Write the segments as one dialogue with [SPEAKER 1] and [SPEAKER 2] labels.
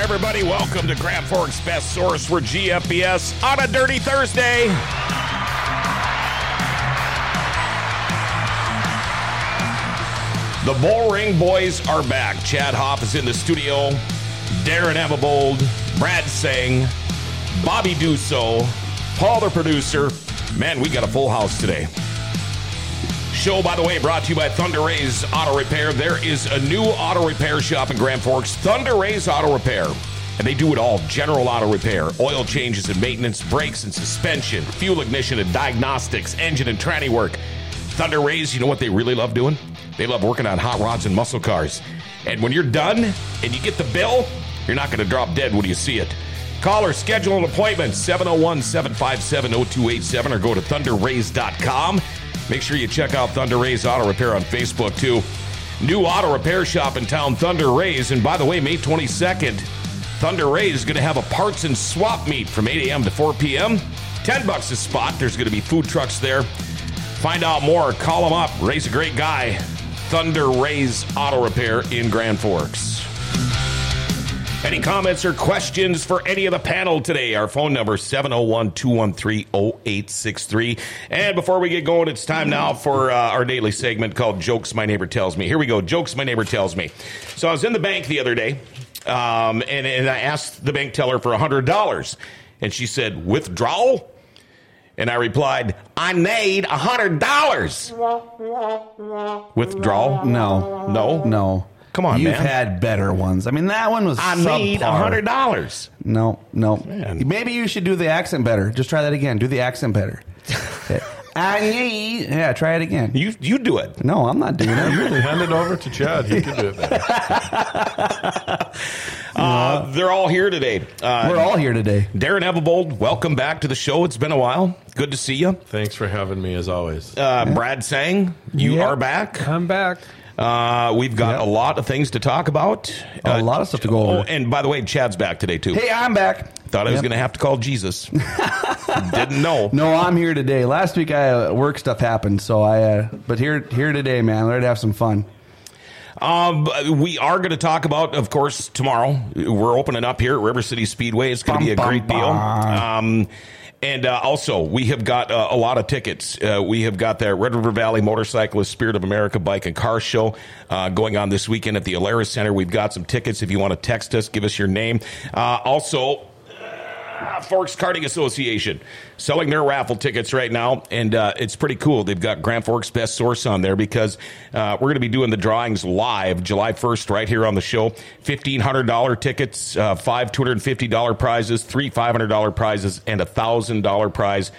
[SPEAKER 1] everybody. Welcome to Grand Forks Best Source for GFBS on a Dirty Thursday. The Bullring Boys are back. Chad Hoff is in the studio. Darren Emabold, Brad Sang, Bobby Duso, Paul the producer. Man, we got a full house today. Show, by the way, brought to you by Thunder Rays Auto Repair. There is a new auto repair shop in Grand Forks, Thunder Rays Auto Repair. And they do it all general auto repair, oil changes and maintenance, brakes and suspension, fuel ignition and diagnostics, engine and tranny work. Thunder Rays, you know what they really love doing? They love working on hot rods and muscle cars. And when you're done and you get the bill, you're not going to drop dead when you see it. Call or schedule an appointment 701 757 0287 or go to thunderrays.com. Make sure you check out Thunder Rays Auto Repair on Facebook too. New auto repair shop in town, Thunder Rays. And by the way, May 22nd, Thunder Rays is going to have a parts and swap meet from 8 a.m. to 4 p.m. 10 bucks a spot. There's going to be food trucks there. Find out more. Call him up. Ray's a great guy. Thunder Rays Auto Repair in Grand Forks. Any comments or questions for any of the panel today? Our phone number 701-213-0863. And before we get going, it's time now for uh, our daily segment called Jokes My Neighbor Tells Me. Here we go. Jokes My Neighbor Tells Me. So I was in the bank the other day, um, and, and I asked the bank teller for $100. And she said, withdrawal? And I replied, I need $100. Withdrawal?
[SPEAKER 2] No,
[SPEAKER 1] No?
[SPEAKER 2] no.
[SPEAKER 1] Come on,
[SPEAKER 2] You've
[SPEAKER 1] man.
[SPEAKER 2] had better ones. I mean, that one was
[SPEAKER 1] I need
[SPEAKER 2] subpar.
[SPEAKER 1] $100.
[SPEAKER 2] No, no.
[SPEAKER 1] Man.
[SPEAKER 2] Maybe you should do the accent better. Just try that again. Do the accent better. I need. Yeah, try it again.
[SPEAKER 1] You, you do it.
[SPEAKER 2] No, I'm not doing it.
[SPEAKER 3] Hand it over to Chad. He can do it better.
[SPEAKER 1] Uh, they're all here today. Uh,
[SPEAKER 2] We're all here today.
[SPEAKER 1] Darren Evabold, welcome back to the show. It's been a while. Good to see you.
[SPEAKER 3] Thanks for having me, as always.
[SPEAKER 1] Uh, Brad Sang, you
[SPEAKER 4] Yeah.
[SPEAKER 1] are back.
[SPEAKER 4] I'm back.
[SPEAKER 1] Uh, we've got a lot of things to talk about.
[SPEAKER 2] A
[SPEAKER 1] Uh,
[SPEAKER 2] lot of stuff to go over.
[SPEAKER 1] Oh, and by the way, Chad's back today too.
[SPEAKER 2] hey, I'm back.
[SPEAKER 1] Thought I was
[SPEAKER 2] Yep.
[SPEAKER 1] going to have to call Jesus. Didn't know.
[SPEAKER 2] No, I'm here today. Last week, I uh, work stuff happened, so I. Uh, but here, here today, man. We're gonna have some fun.
[SPEAKER 1] Um, we are going to talk about, of course, tomorrow. We're opening up here at River City Speedway. It's going to
[SPEAKER 2] Bum,
[SPEAKER 1] be a
[SPEAKER 2] bum,
[SPEAKER 1] great deal.
[SPEAKER 2] bum.
[SPEAKER 1] Um, and uh, also, we have got uh, a lot of tickets. Uh, we have got that Red River Valley Motorcyclist Spirit of America Bike and Car Show uh, going on this weekend at the Alaris Center. We've got some tickets. If you want to text us, give us your name. Uh, also, Forks Karting Association selling their raffle tickets right now, and uh, it's pretty cool. They've got Grand Forks Best Source on there because uh, we're going to be doing the drawings live July 1st right here on the show. $1,500 tickets, uh, five $250 prizes, three $500 prizes, and a $1,000 prize,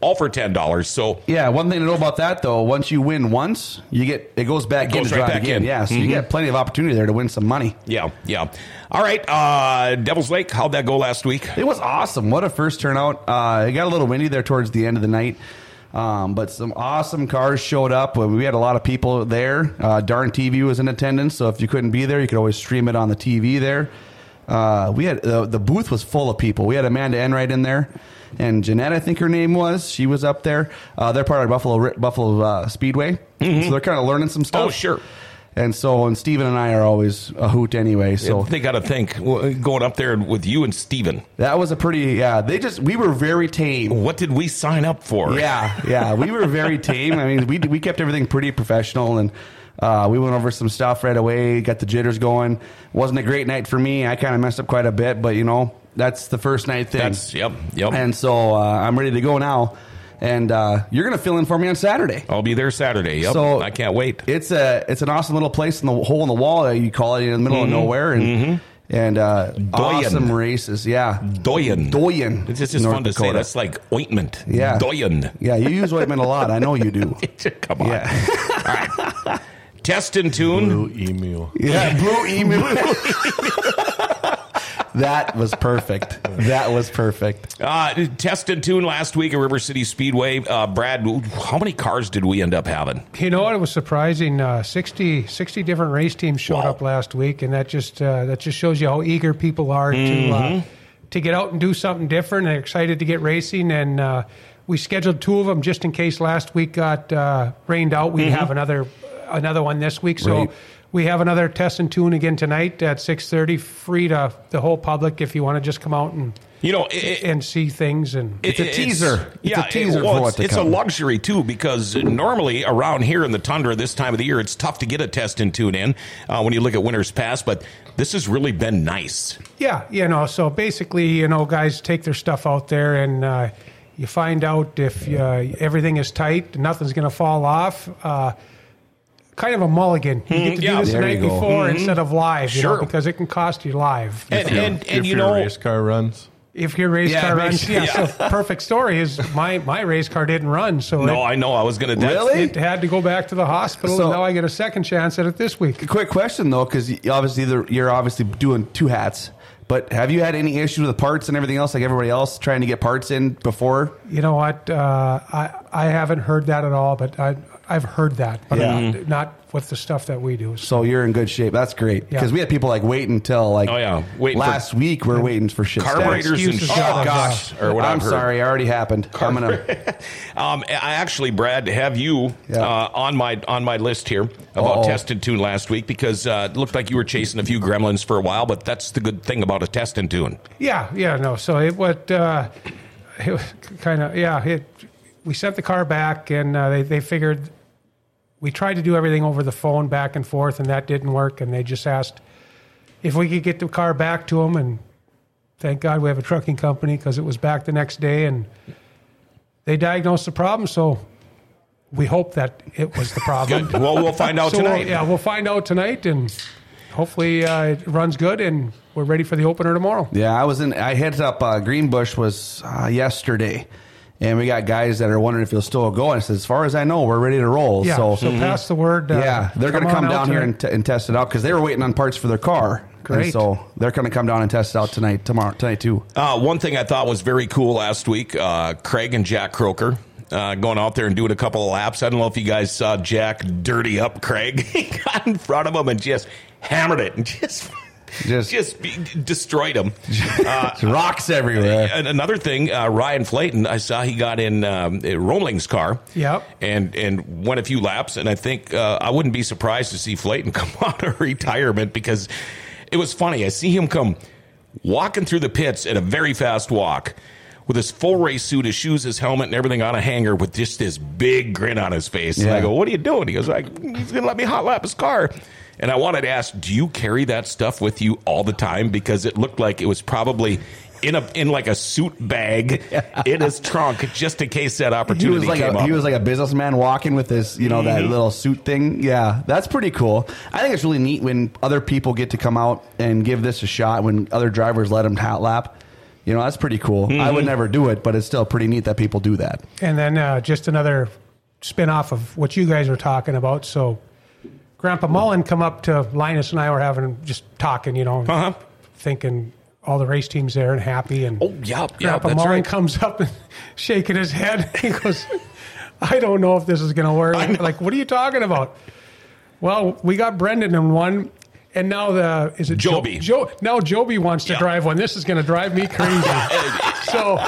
[SPEAKER 1] all for $10. So
[SPEAKER 2] Yeah, one thing to know about that though, once you win once, you get it goes back in
[SPEAKER 1] goes
[SPEAKER 2] to
[SPEAKER 1] right
[SPEAKER 2] drive
[SPEAKER 1] back
[SPEAKER 2] again.
[SPEAKER 1] in. Mm-hmm.
[SPEAKER 2] Yeah, so you get plenty of opportunity there to win some money.
[SPEAKER 1] yeah, yeah. All right, uh, Devil's Lake, how'd that go last week?
[SPEAKER 2] It was awesome. What a first turnout. Uh, it got a little windy there towards the end of the night. Um, but some awesome cars showed up. We had a lot of people there. Uh, Darn TV was in attendance, so if you couldn't be there, you could always stream it on the TV there. Uh, we had uh, the booth was full of people. We had Amanda Enright in there, and Jeanette, I think her name was. She was up there. Uh, they're part of Buffalo Buffalo uh, Speedway, so they're kind of learning some stuff.
[SPEAKER 1] Mm-hmm. Oh, sure.
[SPEAKER 2] And so, and Steven and I are always a hoot anyway. So
[SPEAKER 1] They got to think well, going up there with you and Steven.
[SPEAKER 2] that was a pretty yeah. They just we were very tame.
[SPEAKER 1] What did we sign up for?
[SPEAKER 2] Yeah, yeah, we were very tame. I mean, we we kept everything pretty professional, and uh, we went over some stuff right away. Got the jitters going. wasn't a great night for me. I kind of messed up quite a bit, but you know that's the first night thing.
[SPEAKER 1] That's yep, yep.
[SPEAKER 2] And so uh, I'm ready to go now, and uh, you're gonna fill in for me on Saturday.
[SPEAKER 1] I'll be there Saturday. Yep.
[SPEAKER 2] So-
[SPEAKER 1] I can't wait.
[SPEAKER 2] It's a it's an awesome little place in the hole in the wall that you call it in the middle
[SPEAKER 1] Mm-hmm.
[SPEAKER 2] of nowhere, and and uh, awesome races. Yeah,
[SPEAKER 1] Doyen.
[SPEAKER 2] Doyen.
[SPEAKER 1] It's just, it's
[SPEAKER 2] North
[SPEAKER 1] fun to say.
[SPEAKER 2] Dakota.
[SPEAKER 1] That's like ointment.
[SPEAKER 2] Yeah.
[SPEAKER 1] Doyen.
[SPEAKER 2] Yeah, you use ointment a lot. I know you do.
[SPEAKER 1] Come on.
[SPEAKER 2] Yeah.
[SPEAKER 1] Test and tune.
[SPEAKER 3] Blue emu.
[SPEAKER 2] Yeah, blue emu. that was perfect. That was perfect.
[SPEAKER 1] Uh, test and tune last week at River City Speedway. Uh, Brad, how many cars did we end up having?
[SPEAKER 4] You know what? It was surprising. Uh, 60, 60 different race teams showed
[SPEAKER 1] Wow.
[SPEAKER 4] up last week, and that just uh, that just shows you how eager people are to uh, to get out and do something different. They're excited to get racing, and uh, we scheduled two of them just in case last week got uh, rained out. We have another another one this week, so
[SPEAKER 2] Right.
[SPEAKER 4] we have another test and tune again tonight at 6.30, free to the whole public if you want to just come out and,
[SPEAKER 1] You know, it,
[SPEAKER 4] and see things. And
[SPEAKER 2] It's a teaser. It's a
[SPEAKER 1] yeah,
[SPEAKER 2] teaser
[SPEAKER 1] it, well,
[SPEAKER 2] for what
[SPEAKER 1] it's,
[SPEAKER 2] to
[SPEAKER 1] it's a
[SPEAKER 2] come.
[SPEAKER 1] luxury too because normally around here in the tundra this time of the year it's tough to get a test and tune in uh, when you look at winter's pass. But this has really been nice.
[SPEAKER 4] Yeah, you know, so basically, you know, guys take their stuff out there and uh, you find out if uh, everything is tight, nothing's going to fall off. Uh, kind of a mulligan. You get to
[SPEAKER 1] yeah.
[SPEAKER 4] do this the
[SPEAKER 2] Hmm, There you
[SPEAKER 4] night
[SPEAKER 2] go. Hmm.
[SPEAKER 4] before instead of live, you
[SPEAKER 1] Sure.
[SPEAKER 4] know, because it can cost you live.
[SPEAKER 1] And
[SPEAKER 3] Yeah.
[SPEAKER 1] and, and
[SPEAKER 3] if
[SPEAKER 1] you
[SPEAKER 3] your
[SPEAKER 1] know,
[SPEAKER 3] race car runs.
[SPEAKER 4] If your race
[SPEAKER 2] Yeah,
[SPEAKER 4] car
[SPEAKER 2] it makes-
[SPEAKER 4] runs, yeah,
[SPEAKER 1] yeah.
[SPEAKER 4] So perfect story is my, my race car didn't run, so
[SPEAKER 1] no,
[SPEAKER 4] it,
[SPEAKER 1] I know I was going to
[SPEAKER 2] Really?
[SPEAKER 4] it had to go back to the hospital.
[SPEAKER 2] So-
[SPEAKER 4] and now I get a second chance at it this week.
[SPEAKER 2] Quick question though, because obviously the, you're obviously doing two hats. But have you had any issues with the parts and everything else, like everybody else, trying to get parts in before?
[SPEAKER 4] You know what? Uh, I I haven't heard that at all, but I I've heard that, but
[SPEAKER 2] Yeah.
[SPEAKER 4] not, not with the stuff that we do. So
[SPEAKER 2] So you're in good shape. That's great
[SPEAKER 4] Yeah.
[SPEAKER 2] because we had people like wait until like
[SPEAKER 1] Oh, yeah. Waiting for-
[SPEAKER 2] last week. We're waiting for shit.
[SPEAKER 1] Carburetors and
[SPEAKER 4] Excuses got
[SPEAKER 1] shocks,
[SPEAKER 2] Oh,
[SPEAKER 4] us.
[SPEAKER 1] or what
[SPEAKER 2] I'm
[SPEAKER 1] I've heard.
[SPEAKER 2] sorry, already happened. I'm gonna.
[SPEAKER 1] Um, I actually, Brad, have you
[SPEAKER 2] Yeah.
[SPEAKER 1] uh, on my on my list here about
[SPEAKER 2] Uh-oh.
[SPEAKER 1] test and tune last week because uh, it looked like you were chasing a few gremlins for a while, but that's the good thing about a test and tune.
[SPEAKER 4] yeah, yeah, no. So it what uh, it was kind of yeah. It we sent the car back, and uh, they they figured we tried to do everything over the phone back and forth, and that didn't work. And they just asked if we could get the car back to them, and thank God we have a trucking company because it was back the next day, and they diagnosed the problem. So we hope that it was the problem.
[SPEAKER 1] Good. well, we'll find out
[SPEAKER 4] So we'll-
[SPEAKER 1] tonight.
[SPEAKER 4] yeah, we'll find out tonight, and hopefully uh, it runs good, and we're ready for the opener tomorrow.
[SPEAKER 2] Yeah, I was in. I hit up uh, Greenbush was uh, yesterday, and we got guys that are wondering if you'll still go. And I said, as far as I know, we're ready to roll.
[SPEAKER 4] Yeah, so,
[SPEAKER 2] so Mm-hmm.
[SPEAKER 4] pass the word. Uh,
[SPEAKER 2] yeah, they're going to
[SPEAKER 4] on
[SPEAKER 2] come
[SPEAKER 4] out
[SPEAKER 2] down here
[SPEAKER 4] tonight.
[SPEAKER 2] and, t- and test it out because they were waiting on parts for their car. And
[SPEAKER 4] Great.
[SPEAKER 2] so they're going to come down and test it out tonight, tomorrow, tonight too.
[SPEAKER 1] Uh, one thing I thought was very cool last week, uh, Craig and Jack Croker. Uh, going out there and doing a couple of laps. I don't know if you guys saw Jack dirty up Craig. he got in front of him and just hammered it and just
[SPEAKER 2] Just-
[SPEAKER 1] just, be- destroyed him. Uh,
[SPEAKER 2] It's rocks everywhere.
[SPEAKER 1] And another thing, uh, Ryan Flayton, I saw he got in um, Romling's car.
[SPEAKER 4] Yep.
[SPEAKER 1] And and went a few laps, and I think uh, I wouldn't be surprised to see Flayton come out of retirement because it was funny. I see him come walking through the pits at a very fast walk. With his full race suit, his shoes, his helmet, and everything on a hanger, with just this big grin on his face, and I
[SPEAKER 2] Yeah.
[SPEAKER 1] go, "What are you doing?" He goes, "Like he's gonna let me hot lap his car." And I wanted to ask, do you carry that stuff with you all the time? Because it looked like it was probably in a in like a suit bag in his trunk, just in case that
[SPEAKER 2] He
[SPEAKER 1] opportunity
[SPEAKER 2] was like
[SPEAKER 1] came
[SPEAKER 2] a,
[SPEAKER 1] up.
[SPEAKER 2] he was like a businessman walking with this, you know, that little suit thing. Yeah, that's pretty cool. I think it's really neat when other people get to come out and give this a shot when other drivers let them hat lap. You know, that's pretty cool. I would never do it, but it's still pretty neat that people do that.
[SPEAKER 4] And then uh, just another spin off of what you guys were talking about. So Grandpa Mullen come up to Linus and I were having just talking, you know,
[SPEAKER 1] Uh-huh.
[SPEAKER 4] thinking all the race teams there and happy. And
[SPEAKER 1] oh yeah, yeah,
[SPEAKER 4] Grandpa
[SPEAKER 1] that's
[SPEAKER 4] Mullen
[SPEAKER 1] right.
[SPEAKER 4] comes up and shaking his head. He goes, I don't know if this is going to work. Like, what are you talking about? Well, we got Brendan in one, and now the is it Jo-
[SPEAKER 1] Joby.
[SPEAKER 4] Jo- Oh, now Joby wants to
[SPEAKER 1] Yeah.
[SPEAKER 4] drive one. This is going to drive me crazy. so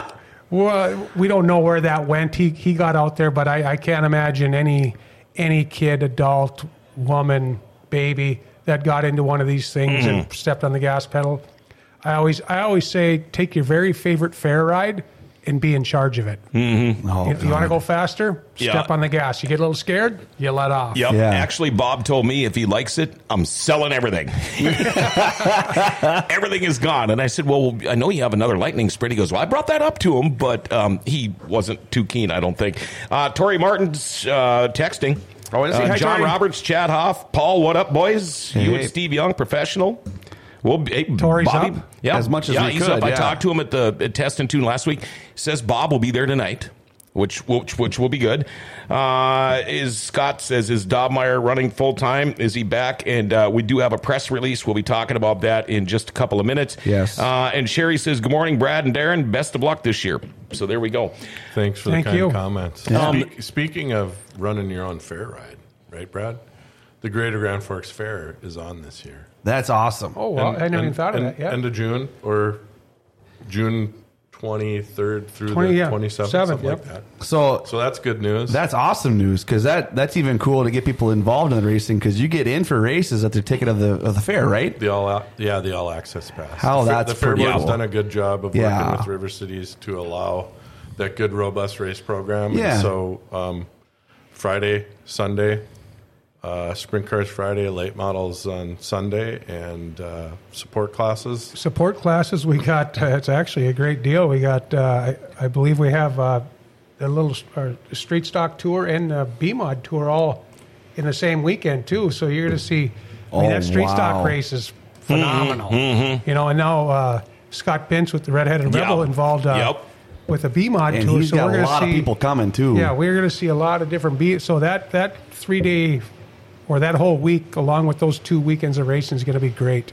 [SPEAKER 4] well, we don't know where that went. He he got out there, but I, I can't imagine any any kid, adult, woman, baby that got into one of these things
[SPEAKER 1] Mm-hmm.
[SPEAKER 4] and stepped on the gas pedal. I always I always say take your very favorite fair ride and be in charge of it.
[SPEAKER 2] Oh,
[SPEAKER 4] If you want to go faster,
[SPEAKER 1] Mm-hmm. Yeah.
[SPEAKER 4] step on the gas. You get a little scared, you let off.
[SPEAKER 1] Yep.
[SPEAKER 2] Yeah.
[SPEAKER 1] Actually, Bob told me if he likes it, I'm selling everything. everything is gone. And I said, Well, I know you have another lightning sprint. He goes, Well, I brought that up to him, but um, he wasn't too keen, I don't think. Uh, Tori Martin's uh, texting.
[SPEAKER 2] Oh, is he?
[SPEAKER 1] Uh,
[SPEAKER 2] Hi,
[SPEAKER 1] John
[SPEAKER 2] Tori.
[SPEAKER 1] Roberts, Chad Hoff, Paul, what up, boys? You
[SPEAKER 2] Hey.
[SPEAKER 1] and Steve Young, professional. Well, hey,
[SPEAKER 4] Tori's
[SPEAKER 1] Bobby,
[SPEAKER 4] up?
[SPEAKER 1] Yeah,
[SPEAKER 2] As much as
[SPEAKER 1] yeah,
[SPEAKER 2] we
[SPEAKER 1] he's
[SPEAKER 2] could,
[SPEAKER 1] up. I
[SPEAKER 2] yeah.
[SPEAKER 1] talked to him at the at test and tune last week. Says Bob will be there tonight, which which which will be good. Uh, is Scott says is Dobmeyer running full time? Is he back? And uh, we do have a press release. We'll be talking about that in just a couple of minutes.
[SPEAKER 2] Yes.
[SPEAKER 1] Uh, and Sherry says, "Good morning, Brad and Darren. Best of luck this year." So there we go.
[SPEAKER 3] Thanks for
[SPEAKER 4] Thank
[SPEAKER 3] the kind
[SPEAKER 4] you.
[SPEAKER 3] comments. Speak- speaking of running your own fair ride, right, Brad? The Greater Grand Forks Fair is on this year.
[SPEAKER 2] that's awesome.
[SPEAKER 4] Oh, well, I never even thought of
[SPEAKER 3] and-
[SPEAKER 4] that. Yeah.
[SPEAKER 3] End of June or June 23rd through
[SPEAKER 4] 20,
[SPEAKER 3] the
[SPEAKER 4] yeah,
[SPEAKER 3] 27th,
[SPEAKER 4] seven,
[SPEAKER 3] something
[SPEAKER 4] yep.
[SPEAKER 3] like that.
[SPEAKER 2] So
[SPEAKER 3] So that's good news.
[SPEAKER 2] That's awesome news because that that's even cool to get people involved in the racing because you get in for races at the ticket of the of the fair, right?
[SPEAKER 3] the all out, yeah, the all access pass.
[SPEAKER 2] How
[SPEAKER 3] the, fair-
[SPEAKER 2] that's
[SPEAKER 3] the fair
[SPEAKER 2] pretty
[SPEAKER 3] board's
[SPEAKER 2] cool.
[SPEAKER 3] done a good job of
[SPEAKER 2] Yeah.
[SPEAKER 3] working with river cities to allow that good robust race program. And
[SPEAKER 2] Yeah.
[SPEAKER 3] so um, Friday, Sunday, uh, sprint cars Friday, late models on Sunday, and uh, support classes.
[SPEAKER 4] support classes we got uh, it's actually a great deal we got uh, I, I believe we have uh, a little s- our street stock tour and a bmod tour all in the same weekend too so you're going to see i mean
[SPEAKER 2] Oh,
[SPEAKER 4] that street
[SPEAKER 2] wow. Mm-hmm,
[SPEAKER 4] stock race is phenomenal you know and now uh, scott Pence with the redheaded rebel
[SPEAKER 1] Yep.
[SPEAKER 4] involved uh,
[SPEAKER 1] Yep.
[SPEAKER 4] with the bmod
[SPEAKER 2] And
[SPEAKER 4] tour
[SPEAKER 2] he's
[SPEAKER 4] so
[SPEAKER 2] got
[SPEAKER 4] we're
[SPEAKER 2] a
[SPEAKER 4] going to
[SPEAKER 2] lot
[SPEAKER 4] see
[SPEAKER 2] of people coming too.
[SPEAKER 4] yeah, we're going to see a lot of different beats. So that that three day or that whole week, along with those two weekends of racing, is going to be great.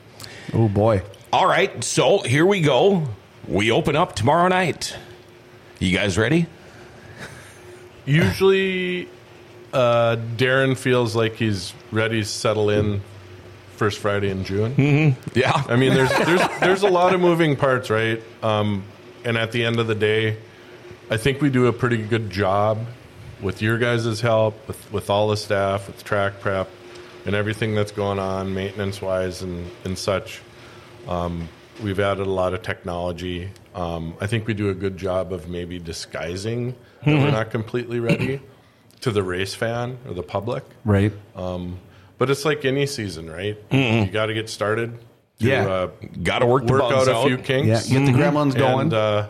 [SPEAKER 2] Oh boy.
[SPEAKER 1] All right, so here we go. We open up tomorrow night. You guys ready?
[SPEAKER 3] Usually, uh, Darren feels like he's ready to settle in first Friday in June.
[SPEAKER 1] Yeah.
[SPEAKER 3] I mean, there's there's there's a lot of moving parts, right? Um, and at the end of the day, I think we do a pretty good job with your guys' help, with with all the staff, with track prep, and everything that's going on, maintenance wise and and such. Um, we've added a lot of technology. Um, I think we do a good job of maybe disguising that we're not completely ready to the race fan or the public.
[SPEAKER 2] Right.
[SPEAKER 3] But it's like any season, right? You got to get started. To,
[SPEAKER 2] Yeah.
[SPEAKER 3] uh,
[SPEAKER 1] Got to work the
[SPEAKER 3] work
[SPEAKER 1] bugs
[SPEAKER 3] out a
[SPEAKER 1] out.
[SPEAKER 3] few
[SPEAKER 2] yeah.
[SPEAKER 3] kinks. Mm-hmm.
[SPEAKER 2] Get the gremlins going.
[SPEAKER 3] And, uh,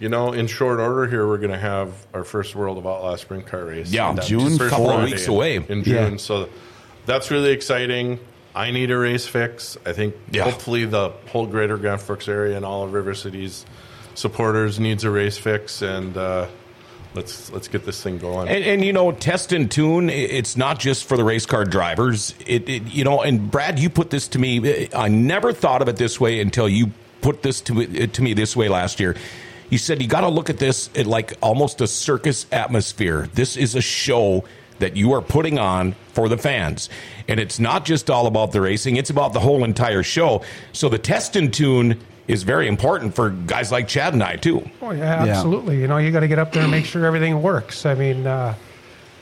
[SPEAKER 3] you know, in short order here, we're going to have our first World of Outlaw sprint car race.
[SPEAKER 1] Yeah,
[SPEAKER 3] That's
[SPEAKER 2] June
[SPEAKER 3] first
[SPEAKER 1] couple of
[SPEAKER 3] Friday
[SPEAKER 1] weeks away.
[SPEAKER 3] In
[SPEAKER 2] Yeah.
[SPEAKER 3] June. So that's really exciting. I need a race fix. I think
[SPEAKER 1] Yeah.
[SPEAKER 3] hopefully the whole greater Grand Forks area and all of River City's supporters needs a race fix. And uh, let's let's get this thing going.
[SPEAKER 1] And, and you know, test and tune. i- It's not just for the race car drivers. It, it you know, and Brad, you put this to me. eh, I never thought of it this way until you put this to me, to me this way last year. You said you got to look at this at like almost a circus atmosphere. This is a show that you are putting on for the fans, and it's not just all about the racing. It's about the whole entire show. So the test and tune is very important for guys like Chad and I too.
[SPEAKER 4] Oh yeah,
[SPEAKER 2] Yeah.
[SPEAKER 4] absolutely. You know, you got to get up there and make sure everything works. I mean, uh,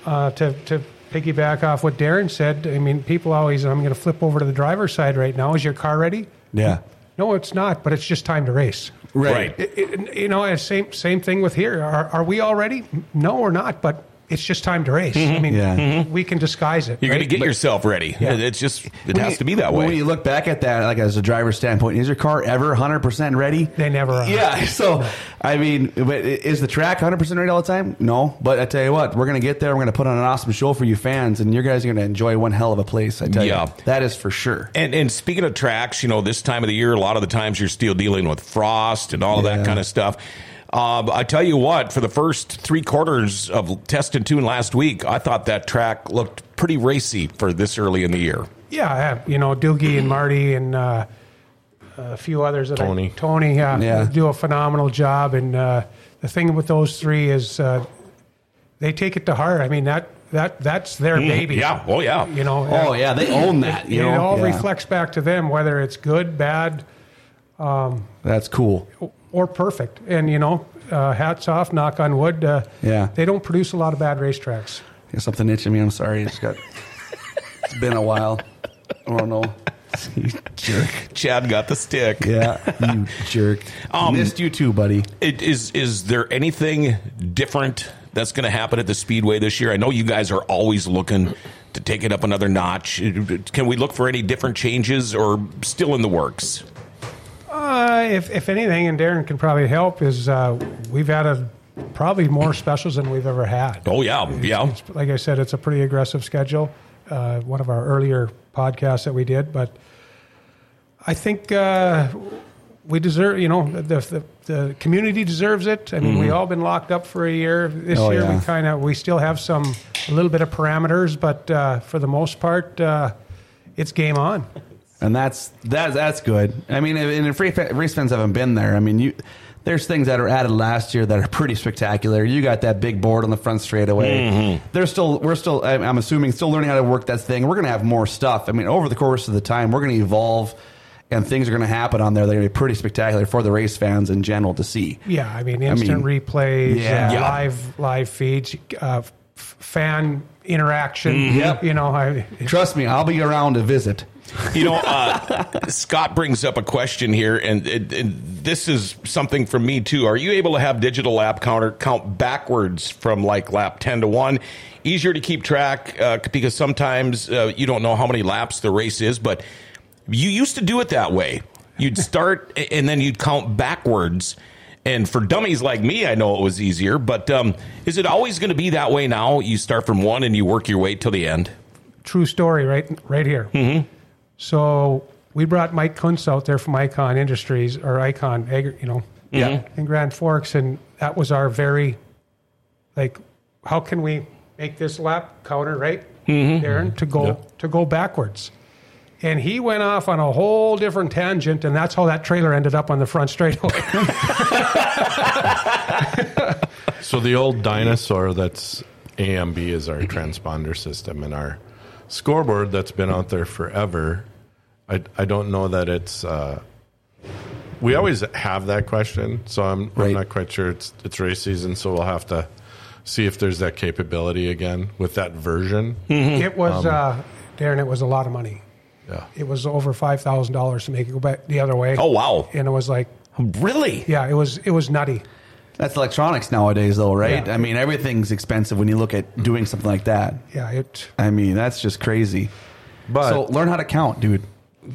[SPEAKER 4] uh, to to piggyback off what Darren said, I mean, people always. I'm going to flip over to the driver's side right now. Is your car ready?
[SPEAKER 2] yeah.
[SPEAKER 4] No, it's not. But it's just time to race.
[SPEAKER 1] Right.
[SPEAKER 4] It- it- you know, it's same same thing with here. Are, are we all ready? No, we're not. But it's just time to race. I mean,
[SPEAKER 2] Yeah.
[SPEAKER 4] we can disguise it.
[SPEAKER 1] You're
[SPEAKER 4] right?
[SPEAKER 1] going to get yourself ready. It's just it has
[SPEAKER 2] When
[SPEAKER 1] to
[SPEAKER 2] you-
[SPEAKER 1] be that
[SPEAKER 2] When
[SPEAKER 1] way.
[SPEAKER 2] you look back at that, like as a driver's standpoint, is your car ever 100% ready?
[SPEAKER 4] They never are.
[SPEAKER 2] Yeah, so I mean, but i- is the track 100% ready all the time? No, but I tell you what, we're gonna get there. We're gonna put on an awesome show for you fans, and you guys are gonna enjoy one hell of a place. I tell
[SPEAKER 1] Yeah.
[SPEAKER 2] you, that is for sure.
[SPEAKER 1] And and speaking of tracks, you know, this time of the year, a lot of the times you're still dealing with frost and all of
[SPEAKER 2] Yeah.
[SPEAKER 1] that kind of stuff. Um, I tell you what, for the first three quarters of Test and Tune last week, I thought that track looked pretty racy for this early in the year.
[SPEAKER 4] Yeah, I have, you know Doogie and Marty and uh, a few others. That I-
[SPEAKER 3] Tony.
[SPEAKER 4] Tony, uh,
[SPEAKER 2] Yeah.
[SPEAKER 4] do a phenomenal job. And uh, the thing with those three is uh, they take it to heart. I mean that that that's their baby.
[SPEAKER 1] Yeah. Oh, yeah.
[SPEAKER 4] You know.
[SPEAKER 2] Oh yeah, they own that.
[SPEAKER 4] It,
[SPEAKER 2] You know,
[SPEAKER 4] it all
[SPEAKER 2] Yeah.
[SPEAKER 4] reflects back to them, whether it's good, bad,
[SPEAKER 2] That's cool.
[SPEAKER 4] or perfect. And you know, uh, hats off, knock on wood. Uh,
[SPEAKER 2] Yeah.
[SPEAKER 4] they don't produce a lot of bad racetracks.
[SPEAKER 2] There's something itching me. I'm sorry. It's got. it's been a while. I don't know. You jerk.
[SPEAKER 1] Chad got the stick.
[SPEAKER 2] Yeah, you jerk.
[SPEAKER 1] Um,
[SPEAKER 2] Missed you too, buddy.
[SPEAKER 1] It, is is there anything different that's going to happen at the Speedway this year? I know you guys are always looking to take it up another notch. Can we look for any different changes or still in the works?
[SPEAKER 4] Uh, if, if anything, and Darren can probably help, is uh, we've added probably more specials than we've ever had.
[SPEAKER 1] Oh yeah, yeah.
[SPEAKER 4] Like I said, it's a pretty aggressive schedule. Uh, one of our earlier podcasts that we did, but I think uh, we deserve. You know, the, the the community deserves it. I mean, we all been locked up for a year. This
[SPEAKER 2] Mm-hmm. Oh,
[SPEAKER 4] year,
[SPEAKER 2] yeah.
[SPEAKER 4] we kind of we still have some a little bit of parameters, but uh, for the most part, uh, it's game on.
[SPEAKER 2] and that's that's that's good. I mean, and if race race fans haven't been there, I mean, you there's things that are added last year that are pretty spectacular. You got that big board on the front straightaway. There's still we're still I'm I'm assuming still learning how to work that thing. We're gonna have more stuff. I mean, over the course of the time, we're gonna evolve and things are going to happen on there. They're going to be pretty spectacular for the race fans in general to see.
[SPEAKER 4] Yeah, I mean instant
[SPEAKER 2] mean,
[SPEAKER 4] replays,
[SPEAKER 2] yeah.
[SPEAKER 4] uh,
[SPEAKER 2] Yeah.
[SPEAKER 4] live live feeds, uh, f- fan interaction.
[SPEAKER 2] Mm-hmm. Yep.
[SPEAKER 4] You know, I,
[SPEAKER 2] Trust me, I'll be around to visit.
[SPEAKER 1] You know, uh, Scott brings up a question here, and, and, and this is something from me too. Are you able to have digital lap counter count backwards from like lap ten to one? Easier to keep track uh, because sometimes uh, you don't know how many laps the race is, but you used to do it that way. You'd start a- and then you'd count backwards. And for dummies like me, I know it was easier. But um, is it always going to be that way now? You start from one and you work your way till the end.
[SPEAKER 4] true story right right here. Mm-hmm. So we brought Mike Kuntz out there from Icon Industries or Icon, Agri- you know,
[SPEAKER 2] Mm-hmm. Yeah.
[SPEAKER 4] in Grand Forks, and that was our very like, how can we make this lap counter right,
[SPEAKER 2] Mm-hmm.
[SPEAKER 4] Darren, to go to go backwards. And he went off on a whole different tangent, and that's how that trailer ended up on the front straightaway.
[SPEAKER 3] So the old dinosaur that's AMB is our transponder system and our scoreboard that's been out there forever. I, I don't know that it's. Uh, we always have that question, so I'm,
[SPEAKER 2] Right.
[SPEAKER 3] I'm not quite sure. It's it's race season, so we'll have to see if there's that capability again with that version.
[SPEAKER 2] Hmm.
[SPEAKER 4] it was,
[SPEAKER 2] Um,
[SPEAKER 4] uh, Darren, it was a lot of money.
[SPEAKER 3] Yeah.
[SPEAKER 4] It was over five thousand dollars to make it go back the other way.
[SPEAKER 1] Oh wow!
[SPEAKER 4] And it was like,
[SPEAKER 1] Really?
[SPEAKER 4] yeah, it was it was nutty.
[SPEAKER 2] That's electronics nowadays, though, right?
[SPEAKER 4] Yeah.
[SPEAKER 2] I mean, everything's expensive when you look at doing something like that.
[SPEAKER 4] Yeah, it.
[SPEAKER 2] I mean, that's just crazy.
[SPEAKER 3] But
[SPEAKER 2] so learn how to count, dude.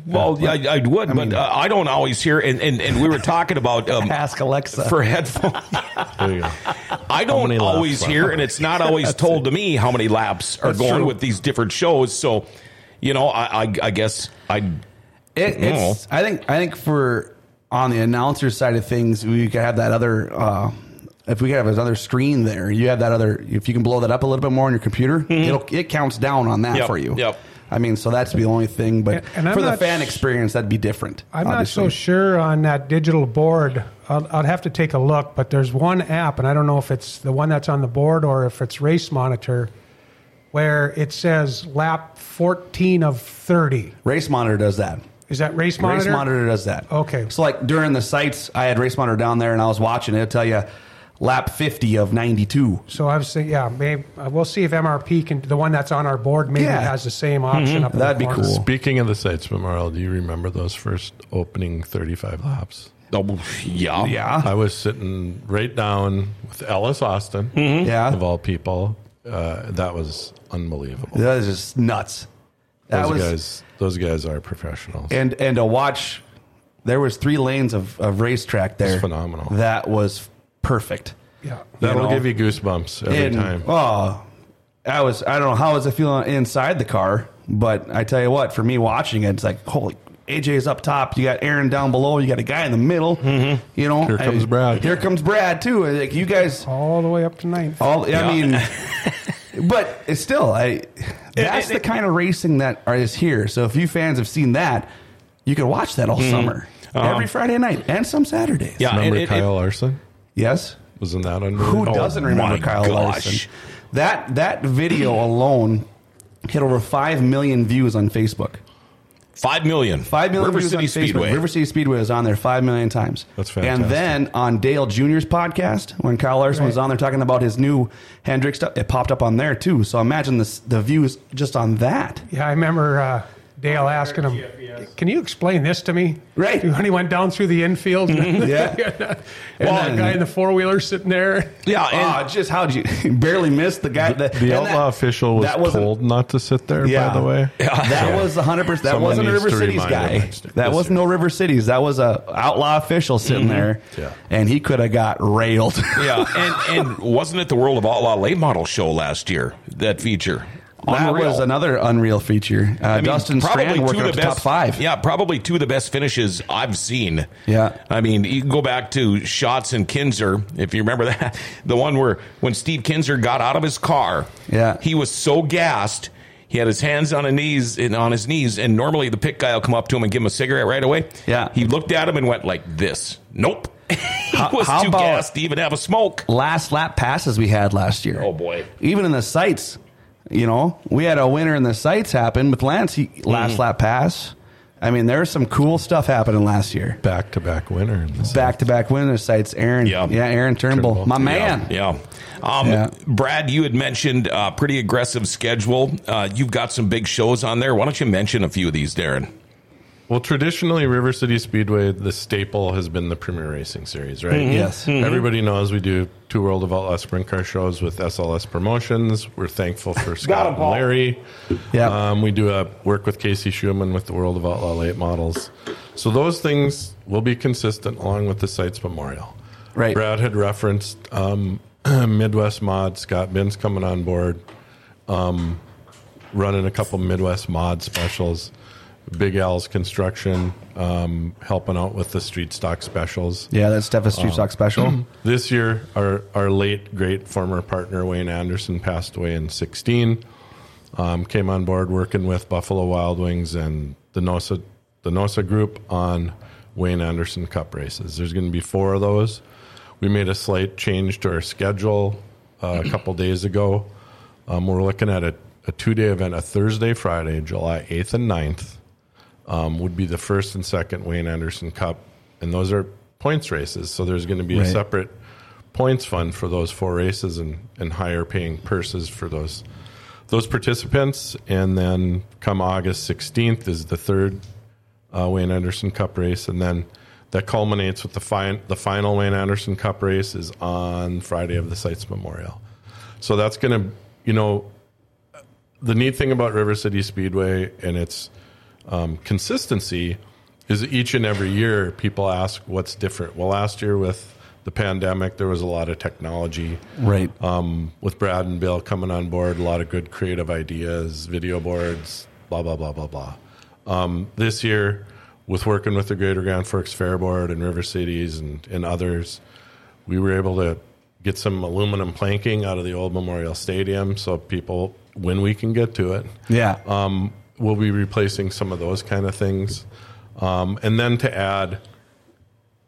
[SPEAKER 1] Well, yeah, I, I would, but uh, I don't always hear. And, and, and we were talking about um,
[SPEAKER 2] Ask Alexa.
[SPEAKER 1] for headphones.
[SPEAKER 3] there you go.
[SPEAKER 1] I don't
[SPEAKER 3] many laps
[SPEAKER 1] always
[SPEAKER 3] left?
[SPEAKER 1] hear, and it's not always told to me how many laps are
[SPEAKER 2] That's
[SPEAKER 1] going
[SPEAKER 2] true.
[SPEAKER 1] with these different shows. So, you know, I I, I guess I.
[SPEAKER 2] It, it's, I think I think for on the announcer side of things, we could have that other. Uh, if we could have another screen there, you have that other. If you can blow that up a little bit more on your computer, it'll, it counts down on that
[SPEAKER 1] Yep,
[SPEAKER 2] for you.
[SPEAKER 1] yep.
[SPEAKER 2] I mean, so that's the only thing. But
[SPEAKER 4] And- and I'm
[SPEAKER 2] for the
[SPEAKER 4] not
[SPEAKER 2] fan
[SPEAKER 4] s-
[SPEAKER 2] experience, that'd be different.
[SPEAKER 4] I'm not so
[SPEAKER 2] obviously.
[SPEAKER 4] sure on that digital board. I'll, I'll have to take a look, but there's one app, and I don't know if it's the one that's on the board or if it's Race Monitor, where it says lap 14 of 30.
[SPEAKER 2] Race monitor does that.
[SPEAKER 4] Is that Race Monitor?
[SPEAKER 2] Race monitor does that.
[SPEAKER 4] Okay.
[SPEAKER 2] So like during the sites, I had race monitor down there, and I was watching. It'll tell you lap fifty of ninety two.
[SPEAKER 4] So I was thinking, yeah, maybe uh, we'll see if MRP can, the one that's on our board, maybe
[SPEAKER 2] Yeah. Mm-hmm.
[SPEAKER 4] has the same option up in the
[SPEAKER 2] That'd be
[SPEAKER 4] corner.
[SPEAKER 2] cool.
[SPEAKER 3] Speaking of the sites memorial, do you remember those first opening 35 laps?
[SPEAKER 1] Oh, yeah,
[SPEAKER 2] Yeah.
[SPEAKER 3] I was sitting right down with Ellis Austin.
[SPEAKER 2] Yeah.
[SPEAKER 3] of all people. Uh, that was unbelievable.
[SPEAKER 2] That is just nuts. That
[SPEAKER 3] those
[SPEAKER 2] was
[SPEAKER 3] guys, those guys are professionals.
[SPEAKER 2] and and to watch. There was three lanes of, of racetrack there.
[SPEAKER 3] phenomenal.
[SPEAKER 2] That was perfect.
[SPEAKER 4] Yeah.
[SPEAKER 3] That'll
[SPEAKER 2] you know,
[SPEAKER 3] give you goosebumps every
[SPEAKER 2] And,
[SPEAKER 3] time.
[SPEAKER 2] Oh, I was. I don't know how was it feeling inside the car, but I tell you what, for me watching it, it's like holy. AJ's up top. You got Aaron down below. You got a guy in the middle. You know,
[SPEAKER 3] Mm-hmm. Here comes
[SPEAKER 2] I-
[SPEAKER 3] Brad.
[SPEAKER 2] Here comes Brad too. Like you guys,
[SPEAKER 4] All the way up to ninth.
[SPEAKER 2] all.
[SPEAKER 1] Yeah.
[SPEAKER 2] I mean, but it's still, I. That's the kind of racing that are- is here. So if you fans have seen that, you can watch that all
[SPEAKER 3] Mm-hmm.
[SPEAKER 2] summer,
[SPEAKER 3] Uh-huh.
[SPEAKER 2] every Friday night and some Saturdays.
[SPEAKER 1] Yeah,
[SPEAKER 3] Remember
[SPEAKER 1] and it-
[SPEAKER 3] Kyle Larson?
[SPEAKER 2] Yes.
[SPEAKER 3] Wasn't that
[SPEAKER 2] Who
[SPEAKER 3] unbelievable?
[SPEAKER 2] doesn't remember
[SPEAKER 1] my
[SPEAKER 2] Kyle
[SPEAKER 1] gosh.
[SPEAKER 2] Larson? That that video alone hit over five million views on Facebook.
[SPEAKER 1] Five million,
[SPEAKER 2] Five million
[SPEAKER 1] River
[SPEAKER 2] views
[SPEAKER 1] City
[SPEAKER 2] on
[SPEAKER 1] Speedway.
[SPEAKER 2] Facebook. River City Speedway was on there five million times.
[SPEAKER 3] That's
[SPEAKER 2] And
[SPEAKER 3] fantastic.
[SPEAKER 2] then on Dale Jr.'s podcast, when Kyle Larson was
[SPEAKER 4] Right.
[SPEAKER 2] on there talking about his new Hendrix stuff, it popped up on there too. So imagine this, the views just on that.
[SPEAKER 4] Yeah, I remember uh, Dale asking him, "Can you explain this to me?"
[SPEAKER 2] Right.
[SPEAKER 4] when he went down through the infield.
[SPEAKER 2] Yeah.
[SPEAKER 4] well,
[SPEAKER 2] then-
[SPEAKER 4] the guy in the four wheeler sitting there.
[SPEAKER 1] Yeah,
[SPEAKER 2] Ah,
[SPEAKER 1] and
[SPEAKER 2] just how would you barely miss the guy? The, and
[SPEAKER 3] Oh, The outlaw
[SPEAKER 2] that-
[SPEAKER 3] official was
[SPEAKER 2] that wasn't-
[SPEAKER 3] told not to sit there,
[SPEAKER 2] Yeah.
[SPEAKER 3] by the way.
[SPEAKER 2] That was was hundred percent. That
[SPEAKER 3] Someone
[SPEAKER 2] wasn't a
[SPEAKER 3] needs
[SPEAKER 2] River
[SPEAKER 3] to
[SPEAKER 2] Cities
[SPEAKER 3] remind him
[SPEAKER 2] guy.
[SPEAKER 3] next-
[SPEAKER 2] That
[SPEAKER 3] this
[SPEAKER 2] was no
[SPEAKER 3] year.
[SPEAKER 2] River Cities. That was a outlaw official sitting there,
[SPEAKER 3] Yeah.
[SPEAKER 2] and he could have got railed.
[SPEAKER 1] yeah, and, and wasn't it the World of Outlaw Late Model show last year that feature?
[SPEAKER 2] that
[SPEAKER 1] Unreal.
[SPEAKER 2] was another unreal feature. Uh,
[SPEAKER 1] I mean,
[SPEAKER 2] Dustin
[SPEAKER 1] probably
[SPEAKER 2] Strand
[SPEAKER 1] two
[SPEAKER 2] working
[SPEAKER 1] of
[SPEAKER 2] up
[SPEAKER 1] the
[SPEAKER 2] to
[SPEAKER 1] best-
[SPEAKER 2] top five.
[SPEAKER 1] Yeah, probably two of the best finishes I've seen.
[SPEAKER 2] Yeah.
[SPEAKER 1] I mean, you can go back to Shots and Kinzer, if you remember that. The one where when Steve Kinzer got out of his car,
[SPEAKER 2] Yeah.
[SPEAKER 1] he was so gassed. He had his hands on his knees and on his knees, and normally the pit guy will come up to him and give him a cigarette right away.
[SPEAKER 2] Yeah.
[SPEAKER 1] He looked at him and went like this. Nope. he was
[SPEAKER 2] how
[SPEAKER 1] too
[SPEAKER 2] about-
[SPEAKER 1] gassed to even have a smoke.
[SPEAKER 2] Last lap passes we had last year.
[SPEAKER 1] Oh, boy.
[SPEAKER 2] Even in the
[SPEAKER 1] Mm-hmm.
[SPEAKER 2] sights, you know, we had a winner in the sights happen with Lance he, last lap pass. I mean, there's some cool stuff happening last year.
[SPEAKER 3] Back to back winner. In this
[SPEAKER 2] Back to back winner sites, Aaron.
[SPEAKER 1] Yeah.
[SPEAKER 2] yeah, Aaron Turnbull,
[SPEAKER 3] Turnbull.
[SPEAKER 2] my
[SPEAKER 3] Yeah.
[SPEAKER 2] man.
[SPEAKER 1] Yeah. Um,
[SPEAKER 2] Yeah.
[SPEAKER 1] Brad, you had mentioned uh, pretty aggressive schedule. Uh, you've got some big shows on there. Why don't you mention a few of these, Darren?
[SPEAKER 3] Well, traditionally, River City Speedway, the staple has been the Premier Racing Series, right?
[SPEAKER 2] Yes.
[SPEAKER 3] Everybody knows we do two World of Outlaw Sprint Car shows with SLS Promotions. We're thankful for Scott and
[SPEAKER 1] Paul.
[SPEAKER 3] Larry.
[SPEAKER 2] Yeah.
[SPEAKER 3] Um, we do a work with Casey Schumann with the World of Outlaw Late Models. So those things will be consistent along with the site's memorial.
[SPEAKER 2] Right.
[SPEAKER 3] Brad had referenced um, Midwest Mod. Scott Binns coming on board, um, running a couple Midwest Mod specials. Big Al's Construction um, helping out with the street stock specials.
[SPEAKER 2] Yeah, that's Steffa
[SPEAKER 3] Um,
[SPEAKER 2] Street Stock special.
[SPEAKER 3] This year, our our late great former partner Wayne Anderson passed away in '16. Um, came on board working with Buffalo Wild Wings and the NOSA the NOSA group on Wayne Anderson Cup races. There's going to be four of those. We made a slight change to our schedule uh, a couple days ago. Um, we're looking at a, a two day event, a Thursday, Friday, July 8th and 9th um, would be the first and second Wayne Anderson Cup, and those are points races. So there's going to be
[SPEAKER 2] Right.
[SPEAKER 3] a separate points fund for those four races and, and higher paying purses for those those participants. And then come August 16th is the third uh, Wayne Anderson Cup race, and then that culminates with the fin- the final Wayne Anderson Cup race is on Friday of the site's memorial. So that's going to you know the neat thing about River City Speedway and its um, consistency is each and every year people ask what's different. Well, last year with the pandemic, there was a lot of technology.
[SPEAKER 2] Right.
[SPEAKER 3] Um, with Brad and Bill coming on board, a lot of good creative ideas, video boards, blah, blah, blah, blah, blah. Um, this year, with working with the Greater Grand Forks Fair Board and River Cities and, and others, we were able to get some aluminum planking out of the old Memorial Stadium so people, when we can get to it,
[SPEAKER 2] yeah.
[SPEAKER 3] um, we'll be replacing some of those kind of things. Um, and then to add,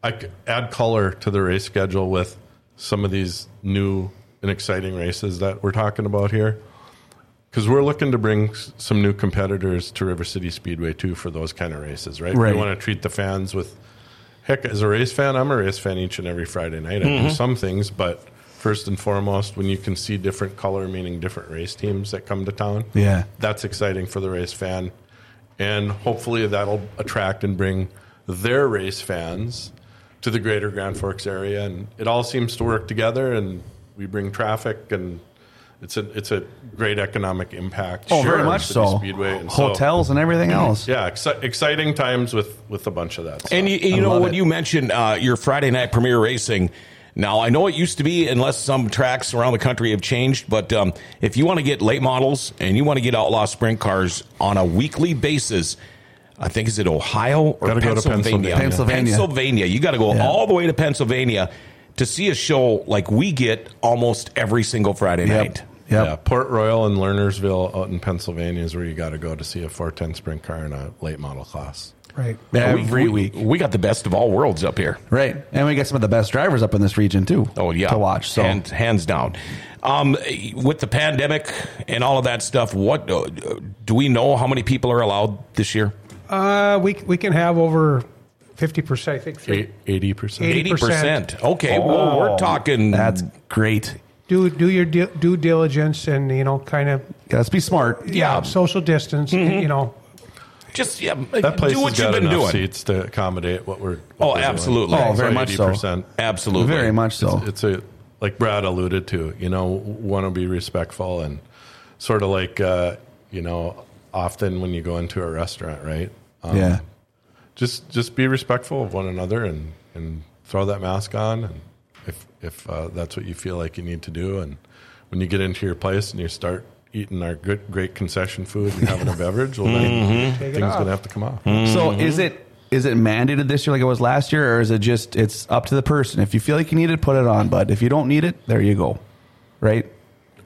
[SPEAKER 3] I c- add color to the race schedule with some of these new and exciting races that we're talking about here. Because we're looking to bring s- some new competitors to River City Speedway too for those kind of races, right?
[SPEAKER 2] Right.
[SPEAKER 3] We want to treat the fans with, heck, as a race fan, I'm a race fan each and every Friday night. I
[SPEAKER 2] Mm-hmm.
[SPEAKER 3] do some things, but first and foremost, when you can see different color, meaning different race teams that come to town,
[SPEAKER 2] yeah.
[SPEAKER 3] that's exciting for the race fan. And hopefully that'll attract and bring their race fans to the greater Grand Forks area. And it all seems to work together and we bring traffic and it's a it's a great economic impact.
[SPEAKER 2] Oh,
[SPEAKER 3] for
[SPEAKER 2] very
[SPEAKER 3] River
[SPEAKER 2] much
[SPEAKER 3] City
[SPEAKER 2] so.
[SPEAKER 3] Speedway and so-
[SPEAKER 2] Hotels and everything else.
[SPEAKER 3] yeah, exci- exciting times with with a bunch of that. stuff.
[SPEAKER 1] And you, you know
[SPEAKER 2] love
[SPEAKER 1] what
[SPEAKER 2] it.
[SPEAKER 1] you mentioned uh, your Friday night premier racing. Now I know it used to be, unless some tracks around the country have changed. But um, if you want to get late models and you want to get outlaw sprint cars on a weekly basis, I think is it Ohio or
[SPEAKER 3] Gotta go to
[SPEAKER 1] Pennsylvania?
[SPEAKER 3] Pennsylvania.
[SPEAKER 2] Pennsylvania.
[SPEAKER 1] Pennsylvania. You got to go
[SPEAKER 2] Yeah.
[SPEAKER 1] all the way to Pennsylvania to see a show like we get almost every single Friday night.
[SPEAKER 2] Yep. Yep.
[SPEAKER 3] Yeah, Port Royal and Lernersville out in Pennsylvania is where you got to go to see a 410 sprint car in a late model class.
[SPEAKER 4] Right.
[SPEAKER 2] Every
[SPEAKER 1] we,
[SPEAKER 2] week.
[SPEAKER 1] we got the best of all worlds up here.
[SPEAKER 2] Right. And we got some of the best drivers up in this region too.
[SPEAKER 1] Oh yeah,
[SPEAKER 2] To watch. So
[SPEAKER 1] Hand- hands down. Um, with the pandemic and all of that stuff, what uh, do we know? How many people are allowed this year?
[SPEAKER 4] Uh, we we can have over fifty percent. I think three.
[SPEAKER 3] Eighty percent.
[SPEAKER 4] Eight.
[SPEAKER 1] Eighty percent. Okay, well, we're talking.
[SPEAKER 2] that's great.
[SPEAKER 4] Do do your di- due diligence and you know kind of
[SPEAKER 2] Yeah, let's be smart.
[SPEAKER 4] yeah Mm-hmm. social distance. You know
[SPEAKER 1] just yeah.
[SPEAKER 3] That place
[SPEAKER 1] do what
[SPEAKER 3] has
[SPEAKER 1] you've
[SPEAKER 3] got
[SPEAKER 1] been doing.
[SPEAKER 3] enough seats to accommodate what we're.
[SPEAKER 1] Oh,
[SPEAKER 3] what we're doing.
[SPEAKER 1] absolutely.
[SPEAKER 2] Oh, very much so.
[SPEAKER 3] 80%.
[SPEAKER 1] Absolutely,
[SPEAKER 2] Very much so.
[SPEAKER 3] It's a like Brad alluded to. You know, want to be respectful and sort of like uh, you know, often when you go into a restaurant, right? Um,
[SPEAKER 2] yeah.
[SPEAKER 3] Just just be respectful of one another and and throw that mask on and if if uh, that's what you feel like you need to do and when you get into your place and you start eating our good great concession food and having a beverage, well
[SPEAKER 2] Mm-hmm.
[SPEAKER 3] then
[SPEAKER 4] it
[SPEAKER 3] things
[SPEAKER 4] off.
[SPEAKER 3] gonna have to come off.
[SPEAKER 2] So is it is it mandated this year like it was last year, or is it just it's up to the person? If you feel like you need it, put it on. But if you don't need it, there you go. Right?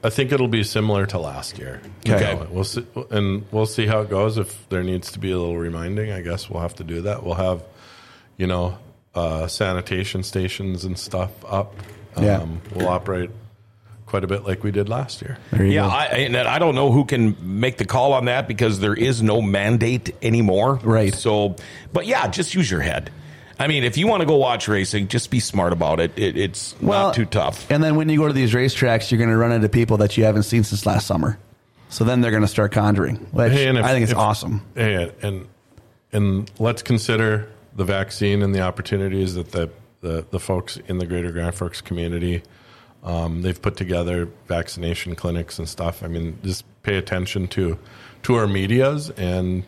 [SPEAKER 3] I think it'll be similar to last year.
[SPEAKER 1] Okay.
[SPEAKER 3] You know, we'll see, and we'll see how it goes. If there needs to be a little reminding, I guess we'll have to do that. We'll have, you know, uh, sanitation stations and stuff up.
[SPEAKER 2] Yeah.
[SPEAKER 3] We'll operate quite a bit like we did last year.
[SPEAKER 2] There you
[SPEAKER 1] Yeah,
[SPEAKER 2] go.
[SPEAKER 1] I, and I don't know who can make the call on that because there is no mandate anymore.
[SPEAKER 2] Right.
[SPEAKER 1] So, but yeah, just use your head. I mean, if you want to go watch racing, just be smart about it. it it's not too tough.
[SPEAKER 2] And then when you go to these racetracks, you're going to run into people that you haven't seen since last summer. So then they're going to start conjuring, which
[SPEAKER 3] Hey, and if-
[SPEAKER 2] I think is
[SPEAKER 3] if-
[SPEAKER 2] awesome.
[SPEAKER 3] And, and and let's consider the vaccine and the opportunities that the the, the folks in the greater Grand Forks community um, they've put together vaccination clinics and stuff. I mean, just pay attention to to our media's and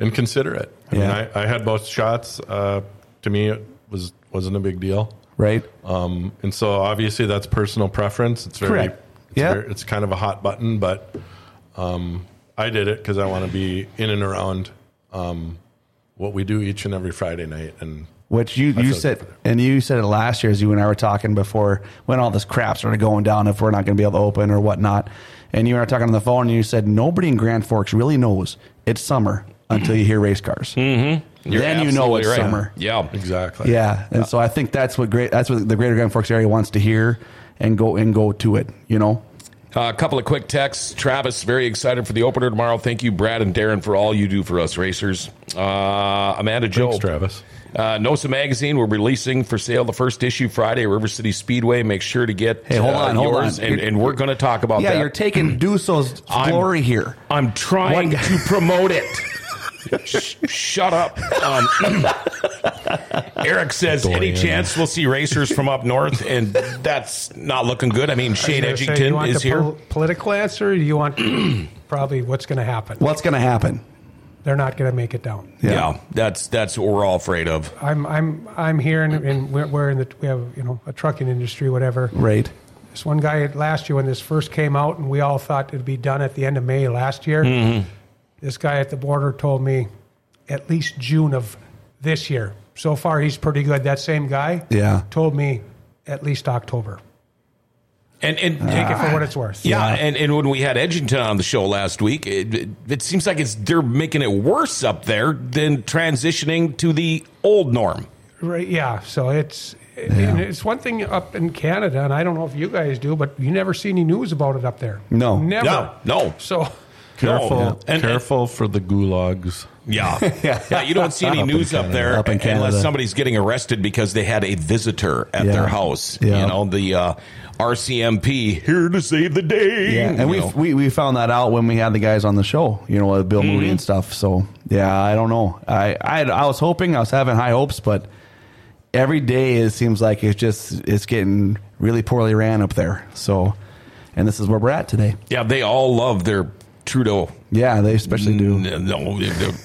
[SPEAKER 3] and consider it. I mean,
[SPEAKER 2] Yeah.
[SPEAKER 3] I, I had both shots. Uh, to me, it was wasn't a big deal.
[SPEAKER 2] Right?
[SPEAKER 1] Uh,
[SPEAKER 3] Um, and so obviously that's personal preference. It's very,
[SPEAKER 2] Correct.
[SPEAKER 3] It's
[SPEAKER 2] Yeah.
[SPEAKER 3] very- it's kind of a hot button, but um, I did it because I want to be in and around um, what we do each and every Friday night. And
[SPEAKER 2] Which you, you
[SPEAKER 3] feel
[SPEAKER 2] said,
[SPEAKER 3] different.
[SPEAKER 2] and you said it last year as you and I were talking before when all this crap started going down, if we're not going to be able to open or whatnot. And you and I were talking on the phone and you said, nobody in Grand Forks really knows it's summer until you hear race cars.
[SPEAKER 1] Mm-hmm. You're
[SPEAKER 2] then you know
[SPEAKER 1] absolutely
[SPEAKER 2] it's
[SPEAKER 1] right.
[SPEAKER 2] summer.
[SPEAKER 1] Yeah.
[SPEAKER 3] exactly.
[SPEAKER 2] Yeah, and so I think that's what great that's what the Greater Grand Forks area wants to hear and go and go to it. You know,
[SPEAKER 1] Uh, a couple of quick texts. Travis, very excited for the opener tomorrow. Thank you, Brad and Darren, for all you do for us racers. Uh, Amanda Joe.
[SPEAKER 3] Thanks, Oh, Travis.
[SPEAKER 1] Uh, NOSA Magazine, we're releasing for sale the first issue Friday, River City Speedway. Make sure to get
[SPEAKER 2] Hey, hold
[SPEAKER 1] uh,
[SPEAKER 2] on, hold
[SPEAKER 1] yours,
[SPEAKER 2] on.
[SPEAKER 1] And,
[SPEAKER 2] You're-
[SPEAKER 1] and we're going to talk about
[SPEAKER 2] yeah,
[SPEAKER 1] that.
[SPEAKER 2] you're taking Duso's
[SPEAKER 1] I'm-
[SPEAKER 2] glory here.
[SPEAKER 1] I'm trying
[SPEAKER 2] What-
[SPEAKER 1] to promote it. Sh- shut up. Um, Eric says, any
[SPEAKER 3] Dorian.
[SPEAKER 1] chance we'll see racers from up north? And that's not looking good. I mean, Shane
[SPEAKER 4] Say, you
[SPEAKER 1] Edgington
[SPEAKER 4] want
[SPEAKER 1] is
[SPEAKER 4] the
[SPEAKER 1] here.
[SPEAKER 4] pol- political answer? Or you want probably what's going to happen?
[SPEAKER 2] What's going to happen?
[SPEAKER 4] They're not going to make it down.
[SPEAKER 1] yeah. that's that's what we're all afraid of.
[SPEAKER 4] I'm I'm I'm here, and, and we're, we're in the we have you know a trucking industry, whatever.
[SPEAKER 2] right.
[SPEAKER 4] This one guy last year when this first came out, and we all thought it'd be done at the end of May last year.
[SPEAKER 1] Mm-hmm.
[SPEAKER 4] This guy at the border told me at least June of this year. So far, he's pretty good. That same guy,
[SPEAKER 2] Yeah.
[SPEAKER 4] told me at least October.
[SPEAKER 1] And and
[SPEAKER 4] Take it for what it's worth.
[SPEAKER 1] Ah. yeah, and, and when we had Edgington on the show last week, it, it, it seems like it's they're making it worse up there than transitioning to the old norm.
[SPEAKER 4] Right, yeah. So it's and it's one thing up in Canada, and I don't know if you guys do, but you never see any news about it up there.
[SPEAKER 2] No.
[SPEAKER 4] never.
[SPEAKER 1] No, no.
[SPEAKER 4] So
[SPEAKER 3] Careful,
[SPEAKER 1] No. And-
[SPEAKER 3] careful for the gulags.
[SPEAKER 1] Yeah. yeah. You don't see any
[SPEAKER 2] Up in
[SPEAKER 1] news up
[SPEAKER 2] Canada.
[SPEAKER 1] there
[SPEAKER 2] Up in
[SPEAKER 1] unless
[SPEAKER 2] Canada.
[SPEAKER 1] somebody's getting arrested because they had a visitor at
[SPEAKER 2] Yeah.
[SPEAKER 1] their house.
[SPEAKER 2] Yeah.
[SPEAKER 1] You know, the uh, RCMP here to save the day.
[SPEAKER 2] Yeah,
[SPEAKER 1] You
[SPEAKER 2] and we
[SPEAKER 1] know.
[SPEAKER 2] we we found that out when we had the guys on the show, you know, with Bill Moody
[SPEAKER 1] Mm-hmm.
[SPEAKER 2] and stuff. So yeah, I don't know. I, I I was hoping I was having high hopes, but every day it seems like it's just it's getting really poorly ran up there. So, and this is where we're at today.
[SPEAKER 1] yeah, they all love their Trudeau.
[SPEAKER 2] Yeah, they especially do.
[SPEAKER 1] No, they're-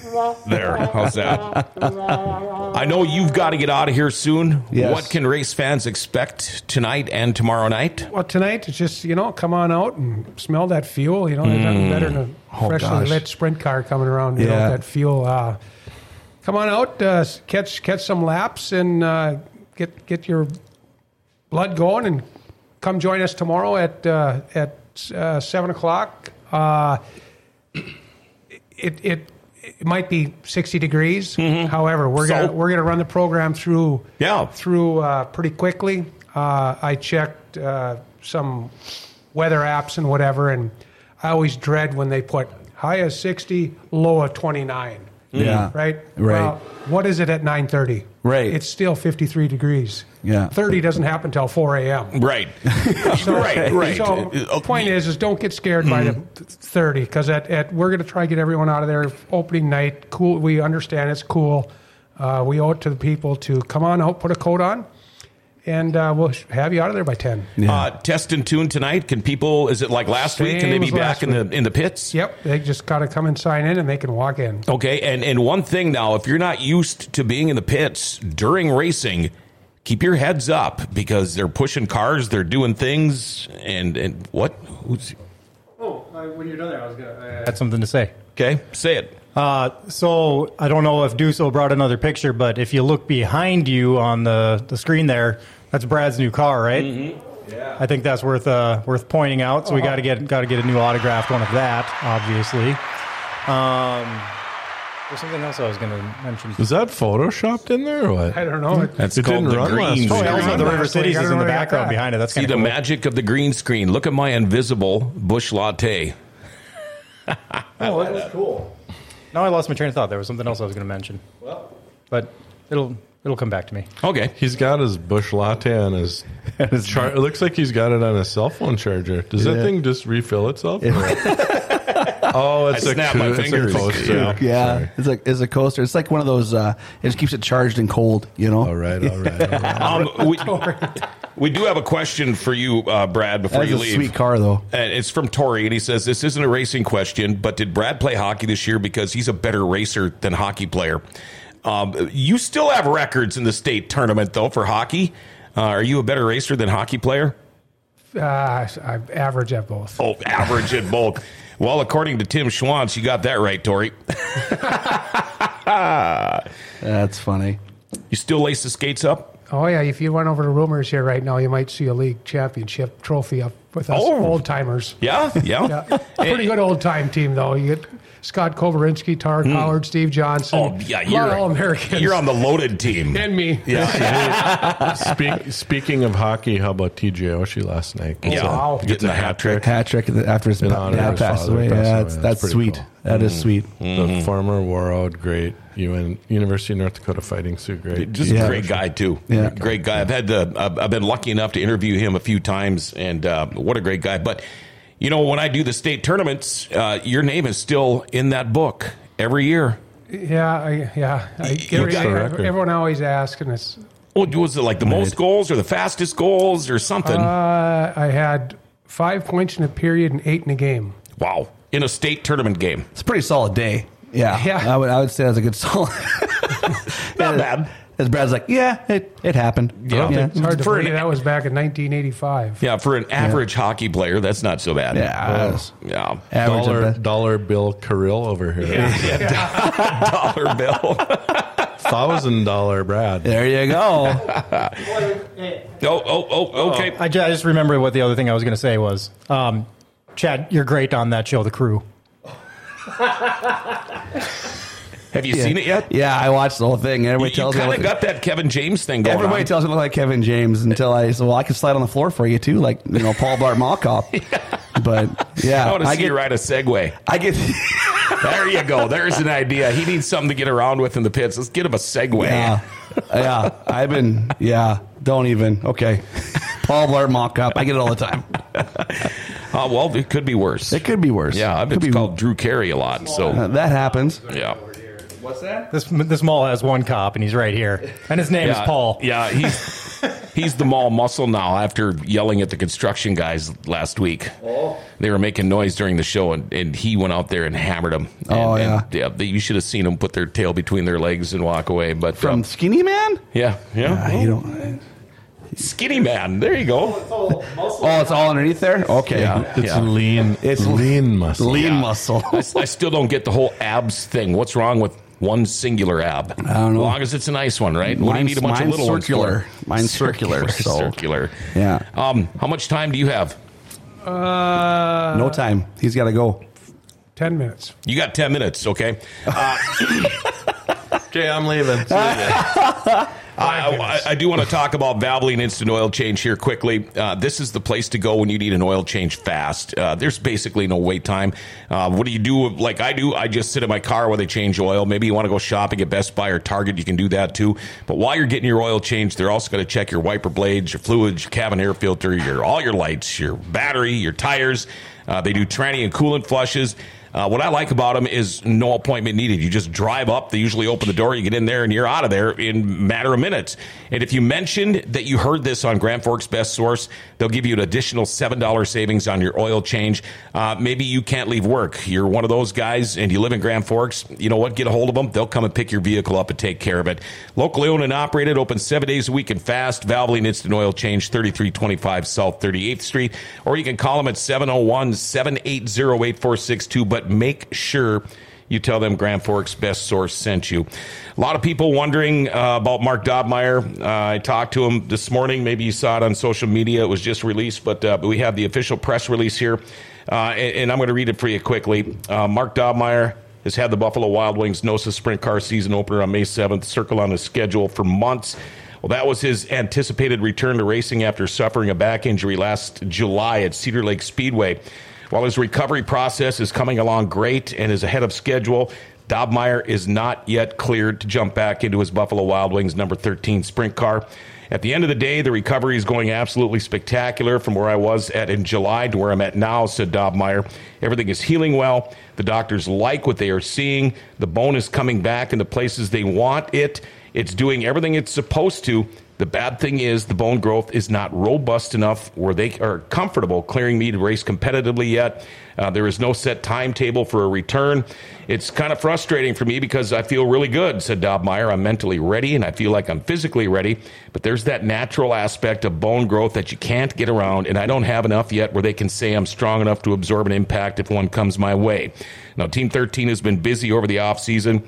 [SPEAKER 1] there. How's that? I know you've got to get out of here soon.
[SPEAKER 2] Yes.
[SPEAKER 1] What can race fans expect tonight and tomorrow night?
[SPEAKER 4] well, tonight it's just you know come on out and smell that fuel. You know, there's nothing better than a
[SPEAKER 2] Oh,
[SPEAKER 4] freshly
[SPEAKER 2] gosh.
[SPEAKER 4] lit sprint car coming around. You
[SPEAKER 2] Yeah.
[SPEAKER 4] know that fuel. Uh, come on out, uh, catch catch some laps, and uh, get get your blood going, and come join us tomorrow at uh, at uh, seven o'clock. Uh, it it it might be sixty degrees.
[SPEAKER 2] Mm-hmm.
[SPEAKER 4] However, we're
[SPEAKER 1] So-
[SPEAKER 4] gonna we're gonna run the program through
[SPEAKER 1] Yeah.
[SPEAKER 4] through uh, pretty quickly. Uh, I checked uh, some weather apps and whatever, and I always dread when they put high of 60, low of 29.
[SPEAKER 2] Yeah.
[SPEAKER 4] Right?
[SPEAKER 2] Right.
[SPEAKER 4] Well, what is it at 9.30?
[SPEAKER 2] Right.
[SPEAKER 4] It's still 53 degrees.
[SPEAKER 2] Yeah.
[SPEAKER 4] 30 doesn't happen till 4 a.m.
[SPEAKER 1] Right. right, right.
[SPEAKER 4] So
[SPEAKER 1] Uh, Mm-hmm.
[SPEAKER 4] the point is, is don't get scared by the 30 because at, at, we're going to try to get everyone out of there opening night. Cool. We understand it's cool. Uh, we owe it to the people to come on out, put a coat on, and uh, we'll sh- have you out of there by 10.
[SPEAKER 1] Uh, test and tune tonight. Can people? Is it like last week? Can they
[SPEAKER 4] Same
[SPEAKER 1] be
[SPEAKER 4] as last
[SPEAKER 1] back in the in the pits?
[SPEAKER 4] Yep. They just got to come and sign in and they can walk in.
[SPEAKER 1] Okay, and and one thing now, if you're not used to being in the pits during racing, keep your heads up because they're pushing cars, they're doing things, and and what? Who's,
[SPEAKER 5] Oh, I, when you're done there, I was gonna.
[SPEAKER 6] had something to say.
[SPEAKER 1] okay, say it.
[SPEAKER 6] Uh, so I don't know if Duso brought another picture, but if you look behind you on the, the screen there, that's Brad's new car, right? Mm-hmm. Yeah. I think that's worth uh, worth pointing out. So
[SPEAKER 5] Oh,
[SPEAKER 6] we got to get got to get a new autographed one of that, obviously. Um, There's something else I was going to mention.
[SPEAKER 3] Is that photoshopped in there or what?
[SPEAKER 4] I don't know. It-
[SPEAKER 1] That's
[SPEAKER 3] It
[SPEAKER 1] called
[SPEAKER 3] didn't
[SPEAKER 1] the
[SPEAKER 3] run last
[SPEAKER 1] green
[SPEAKER 3] week.
[SPEAKER 6] Oh,
[SPEAKER 1] screen.
[SPEAKER 6] yeah, also
[SPEAKER 4] Green
[SPEAKER 6] the
[SPEAKER 4] last
[SPEAKER 6] River
[SPEAKER 4] week.
[SPEAKER 6] Cities
[SPEAKER 4] I don't
[SPEAKER 6] is in the
[SPEAKER 4] know where I got
[SPEAKER 6] background
[SPEAKER 4] that.
[SPEAKER 6] behind it. That's
[SPEAKER 1] See
[SPEAKER 6] kind
[SPEAKER 1] the
[SPEAKER 6] of cool.
[SPEAKER 1] magic of the green screen. Look at my invisible bush latte.
[SPEAKER 6] Oh, that was cool. Now I lost my train of thought. There was something else I was going to mention. Well, but it'll it'll come back to me.
[SPEAKER 1] Okay.
[SPEAKER 3] He's got his bush latte on his. char- it looks like he's got it on his cell phone charger. Does that
[SPEAKER 2] Yeah.
[SPEAKER 3] thing just refill itself? or- oh, it's
[SPEAKER 1] I
[SPEAKER 3] a
[SPEAKER 1] snapped my
[SPEAKER 3] coo- it's a
[SPEAKER 1] fingers.
[SPEAKER 3] coaster.
[SPEAKER 1] Yeah.
[SPEAKER 2] Yeah, it's like it's a coaster. It's like one of those. Uh, it just keeps it charged and cold. You know.
[SPEAKER 3] All right, all right. All right.
[SPEAKER 1] Um, we, we do have a question for you, uh, Brad, before
[SPEAKER 2] That's
[SPEAKER 1] you
[SPEAKER 2] a
[SPEAKER 1] leave.
[SPEAKER 2] sweet car though.
[SPEAKER 1] And it's from Tori, and he says, This isn't a racing question, but did Brad play hockey this year because he's a better racer than hockey player? Um, you still have records in the state tournament, though, for hockey. Uh, are you a better racer than hockey player?
[SPEAKER 4] Uh, I average at both.
[SPEAKER 1] Oh, average at both. Well, according to Tim Schwantz, you got that right, Tori.
[SPEAKER 2] That's funny.
[SPEAKER 1] You still lace the skates up?
[SPEAKER 4] Oh yeah, if you went over to rumors here right now, you might see a league championship trophy up with us
[SPEAKER 1] Oh.
[SPEAKER 4] old timers.
[SPEAKER 1] Yeah, yeah.
[SPEAKER 4] Yeah, pretty good old time team though. You get Scott Kovarinsky, Tarek Howard, Steve Johnson.
[SPEAKER 1] Oh, yeah,
[SPEAKER 4] a lot
[SPEAKER 1] you're
[SPEAKER 4] of all Americans.
[SPEAKER 1] You're on the loaded team.
[SPEAKER 4] and me.
[SPEAKER 3] Speak, speaking of hockey, how about TJ Oshie last night?
[SPEAKER 1] Yeah,
[SPEAKER 4] Wow.
[SPEAKER 1] getting a hat trick.
[SPEAKER 2] Hat trick after his
[SPEAKER 3] In
[SPEAKER 2] pa-
[SPEAKER 3] honor of
[SPEAKER 2] dad
[SPEAKER 3] his
[SPEAKER 2] passed
[SPEAKER 3] father
[SPEAKER 2] away.
[SPEAKER 3] passed away.
[SPEAKER 2] Yeah, that's, Hmm. that's
[SPEAKER 3] That's pretty
[SPEAKER 2] sweet.
[SPEAKER 3] cool.
[SPEAKER 2] That is sweet.
[SPEAKER 1] Mm-hmm.
[SPEAKER 3] The former war out great UN, University of North Dakota fighting Sioux great.
[SPEAKER 1] Just a
[SPEAKER 2] Yeah.
[SPEAKER 1] great guy too.
[SPEAKER 2] Yeah.
[SPEAKER 1] Great guy. I've had the I've I've been lucky enough to interview him a few times, and uh, what a great guy. But you know, when I do the state tournaments, uh, your name is still in that book every year.
[SPEAKER 4] Yeah, I, yeah. I,
[SPEAKER 1] What's
[SPEAKER 3] the
[SPEAKER 4] I-
[SPEAKER 3] record?
[SPEAKER 4] everyone always asks, and it's
[SPEAKER 1] Oh, was it like the most goals or the fastest goals or something?
[SPEAKER 4] uh, I had five points in a period and eight in a game.
[SPEAKER 1] wow, in a state tournament game,
[SPEAKER 2] It's a pretty solid day. Yeah,
[SPEAKER 4] Yeah.
[SPEAKER 2] I would I would say that's a good solid.
[SPEAKER 1] not bad.
[SPEAKER 2] As Brad's like, yeah, it, it happened.
[SPEAKER 1] Yeah.
[SPEAKER 2] yeah.
[SPEAKER 4] It's hard to
[SPEAKER 1] For an-
[SPEAKER 4] believe that was back in 1985.
[SPEAKER 1] Yeah, for an average hockey player, that's not so bad.
[SPEAKER 2] Yeah.
[SPEAKER 1] yeah.
[SPEAKER 2] Average
[SPEAKER 3] Dollar,
[SPEAKER 2] at best.
[SPEAKER 3] dollar Bill Carrill over here.
[SPEAKER 1] dollar bill.
[SPEAKER 3] Thousand dollar Brad.
[SPEAKER 2] There you go.
[SPEAKER 1] Oh, oh, oh, okay.
[SPEAKER 6] I ju- I just, remember what the other thing I was going to say was, um, Chad, you're great on that show, The Crew.
[SPEAKER 1] Have you seen it yet?
[SPEAKER 2] yeah, I watched the whole thing. Everybody
[SPEAKER 1] you
[SPEAKER 2] tells me. I
[SPEAKER 1] kind
[SPEAKER 2] look-
[SPEAKER 1] of got that Kevin James thing going
[SPEAKER 2] Everybody
[SPEAKER 1] on.
[SPEAKER 2] tells me I look like Kevin James until I said, "Well, I can slide on the floor for you too, like you know Paul Blart Mall Cop." But yeah,
[SPEAKER 1] I want to see
[SPEAKER 2] get,
[SPEAKER 1] you ride a Segway.
[SPEAKER 2] I get.
[SPEAKER 1] There you go. There's an idea. He needs something to get around with in the pits. Let's get him a Segway.
[SPEAKER 2] Yeah, yeah. I've been. Yeah, don't even. Okay, Paul Blart Mall Cop. I get it all the time.
[SPEAKER 1] Uh, well, it could be worse.
[SPEAKER 2] It could be worse.
[SPEAKER 1] yeah, I've
[SPEAKER 2] could
[SPEAKER 1] been called Drew Carey a lot.
[SPEAKER 2] Uh,
[SPEAKER 1] So,
[SPEAKER 2] that happens.
[SPEAKER 1] yeah.
[SPEAKER 2] What's that?
[SPEAKER 6] This this mall has one cop, and he's right here, and his name
[SPEAKER 1] yeah.
[SPEAKER 6] is Paul.
[SPEAKER 1] Yeah, he's, he's the mall muscle now after yelling at the construction guys last week. They were making noise during the show, and, and he went out there and hammered them. And,
[SPEAKER 2] Oh, yeah.
[SPEAKER 1] And, yeah, they- you should have seen him put their tail between their legs and walk away. But
[SPEAKER 2] From
[SPEAKER 1] uh,
[SPEAKER 2] Skinny Man?
[SPEAKER 1] yeah, yeah.
[SPEAKER 2] Uh, you don't.
[SPEAKER 1] Skinny man. There you go.
[SPEAKER 2] Oh, it's all underneath there. Okay.
[SPEAKER 1] Yeah.
[SPEAKER 3] It's
[SPEAKER 1] Yeah.
[SPEAKER 3] lean.
[SPEAKER 2] It's
[SPEAKER 3] lean muscle.
[SPEAKER 2] Lean
[SPEAKER 1] Yeah.
[SPEAKER 2] muscle.
[SPEAKER 1] I, I still don't get the whole abs thing. What's wrong with one singular ab? I
[SPEAKER 2] don't know.
[SPEAKER 1] As long as it's a nice one, right? What do you need a bunch of
[SPEAKER 2] mine's
[SPEAKER 1] little
[SPEAKER 2] circular.
[SPEAKER 1] ones for?
[SPEAKER 2] Mine's circular, so-
[SPEAKER 1] Circular.
[SPEAKER 2] Yeah.
[SPEAKER 1] Um, how much time do you have?
[SPEAKER 4] Uh,
[SPEAKER 2] No time. He's got to go.
[SPEAKER 4] ten minutes.
[SPEAKER 1] You got ten minutes. Okay.
[SPEAKER 3] Okay, I'm leaving. See you guys.
[SPEAKER 1] I, I, I do want to talk about Valvoline Instant Oil Change here quickly. Uh, this is the place to go when you need an oil change fast. Uh, there's basically no wait time. Uh, what do you do? Like I do, I just sit in my car while they change oil. Maybe you want to go shopping at Best Buy or Target. You can do that too. But while you're getting your oil changed, they're also going to check your wiper blades, your fluids, your cabin air filter, your all your lights, your battery, your tires. Uh, they do tranny and coolant flushes. Uh, what I like about them is no appointment needed. You just drive up. They usually open the door. You get in there and you're out of there in a matter of minutes. And if you mentioned that you heard this on Grand Forks Best Source, they'll give you an additional $7 savings on your oil change. Uh, maybe you can't leave work. You're one of those guys and you live in Grand Forks. You know what? Get a hold of them. They'll come and pick your vehicle up and take care of it. Locally owned and operated, open seven days a week and fast. Valvoline Instant Oil Change, 3325 South 38th Street. Or you can call them at 701 780 8462. But make sure you tell them Grand Forks Best Source sent you. A lot of people wondering uh, about Mark Dobmeyer. Uh, I talked to him this morning. Maybe you saw it on social media. It was just released, but, uh, but we have the official press release here. Uh, and, and I'm going to read it for you quickly. Uh, Mark Dobmeyer has had the Buffalo Wild Wings NOSA Sprint Car season opener on May 7th circle on his schedule for months. Well, that was his anticipated return to racing after suffering a back injury last July at Cedar Lake Speedway. While his recovery process is coming along great and is ahead of schedule, Dobmeyer is not yet cleared to jump back into his Buffalo Wild Wings number 13 sprint car. At the end of the day, the recovery is going absolutely spectacular from where I was at in July to where I'm at now, said Dobmeyer. Everything is healing well. The doctors like what they are seeing. The bone is coming back in the places they want it. It's doing everything it's supposed to. The bad thing is the bone growth is not robust enough where they are comfortable clearing me to race competitively yet. Uh, there is no set timetable for a return. It's kind of frustrating for me because I feel really good, said Dob Meyer. I'm mentally ready and I feel like I'm physically ready, but there's that natural aspect of bone growth that you can't get around, and I don't have enough yet where they can say I'm strong enough to absorb an impact if one comes my way. Now, Team 13 has been busy over the offseason.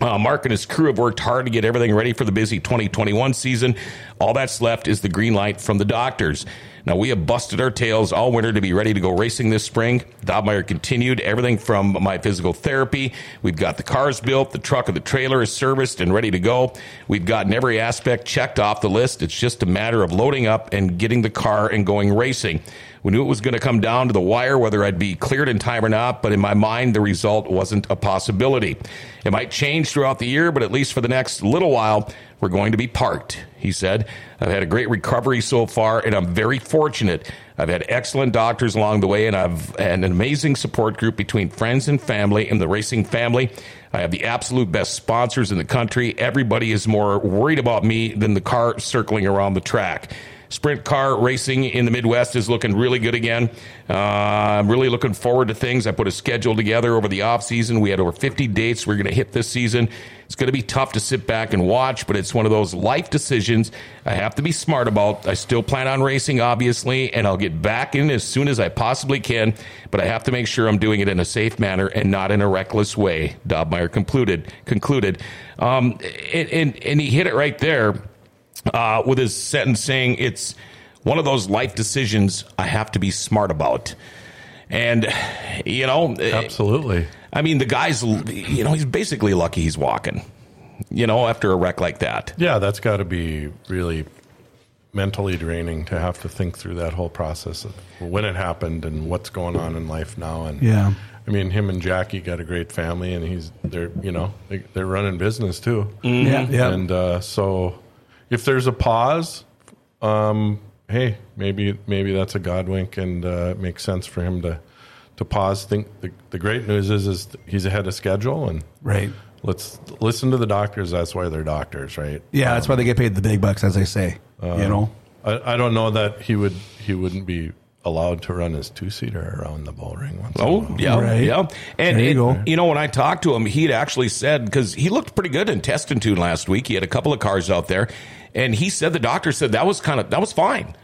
[SPEAKER 1] Uh, Mark and his crew have worked hard to get everything ready for the busy 2021 season. All that's left is the green light from the doctors. Now, we have busted our tails all winter to be ready to go racing this spring. Dobmeyer continued everything from my physical therapy. We've got the cars built, the truck and the trailer is serviced and ready to go. We've gotten every aspect checked off the list. It's just a matter of loading up and getting the car and going racing. We knew it was going to come down to the wire whether I'd be cleared in time or not, but in my mind, the result wasn't a possibility. It might change throughout the year, but at least for the next little while, we're going to be parked, he said. I've had a great recovery so far, and I'm very fortunate. I've had excellent doctors along the way, and I've had an amazing support group between friends and family and the racing family. I have the absolute best sponsors in the country. Everybody is more worried about me than the car circling around the track sprint car racing in the Midwest is looking really good again. Uh, I'm really looking forward to things. I put a schedule together over the off season. We had over 50 dates we're going to hit this season. It's going to be tough to sit back and watch, but it's one of those life decisions I have to be smart about. I still plan on racing, obviously, and I'll get back in as soon as I possibly can, but I have to make sure I'm doing it in a safe manner and not in a reckless way. Dobmeyer concluded. Concluded, um, and, and and he hit it right there uh, with his sentence saying it's one of those life decisions I have to be smart about. And, you know,
[SPEAKER 3] Absolutely.
[SPEAKER 1] I mean, the guy's, you know, he's basically lucky he's walking, you know, after a wreck like that.
[SPEAKER 3] Yeah, that's got to be really mentally draining to have to think through that whole process of when it happened and what's going on in life now. And
[SPEAKER 2] Yeah.
[SPEAKER 3] I mean, him and Jackie got a great family, and he's they're you know they, they're running business too.
[SPEAKER 2] Yeah. Yeah.
[SPEAKER 3] And uh, so, if there's a pause, um, hey, maybe maybe that's a God wink, and uh, it makes sense for him to to pause. Think the, the great news is is he's ahead of schedule, and
[SPEAKER 2] right.
[SPEAKER 3] let's listen to the doctors. That's why they're doctors, right?
[SPEAKER 2] Yeah, that's why they get paid the big bucks, as they say. you know.
[SPEAKER 3] I, I don't know that he would he wouldn't be allowed to run his two seater around the bowling once. in a
[SPEAKER 1] Oh,
[SPEAKER 3] while.
[SPEAKER 1] yeah,
[SPEAKER 2] Right.
[SPEAKER 1] yeah. And
[SPEAKER 2] There you
[SPEAKER 1] it-
[SPEAKER 2] go.
[SPEAKER 1] you know, when I talked to him, he'd actually said because he looked pretty good in test and tune last week. He had a couple of cars out there, and he said the doctor said that was kind of that was fine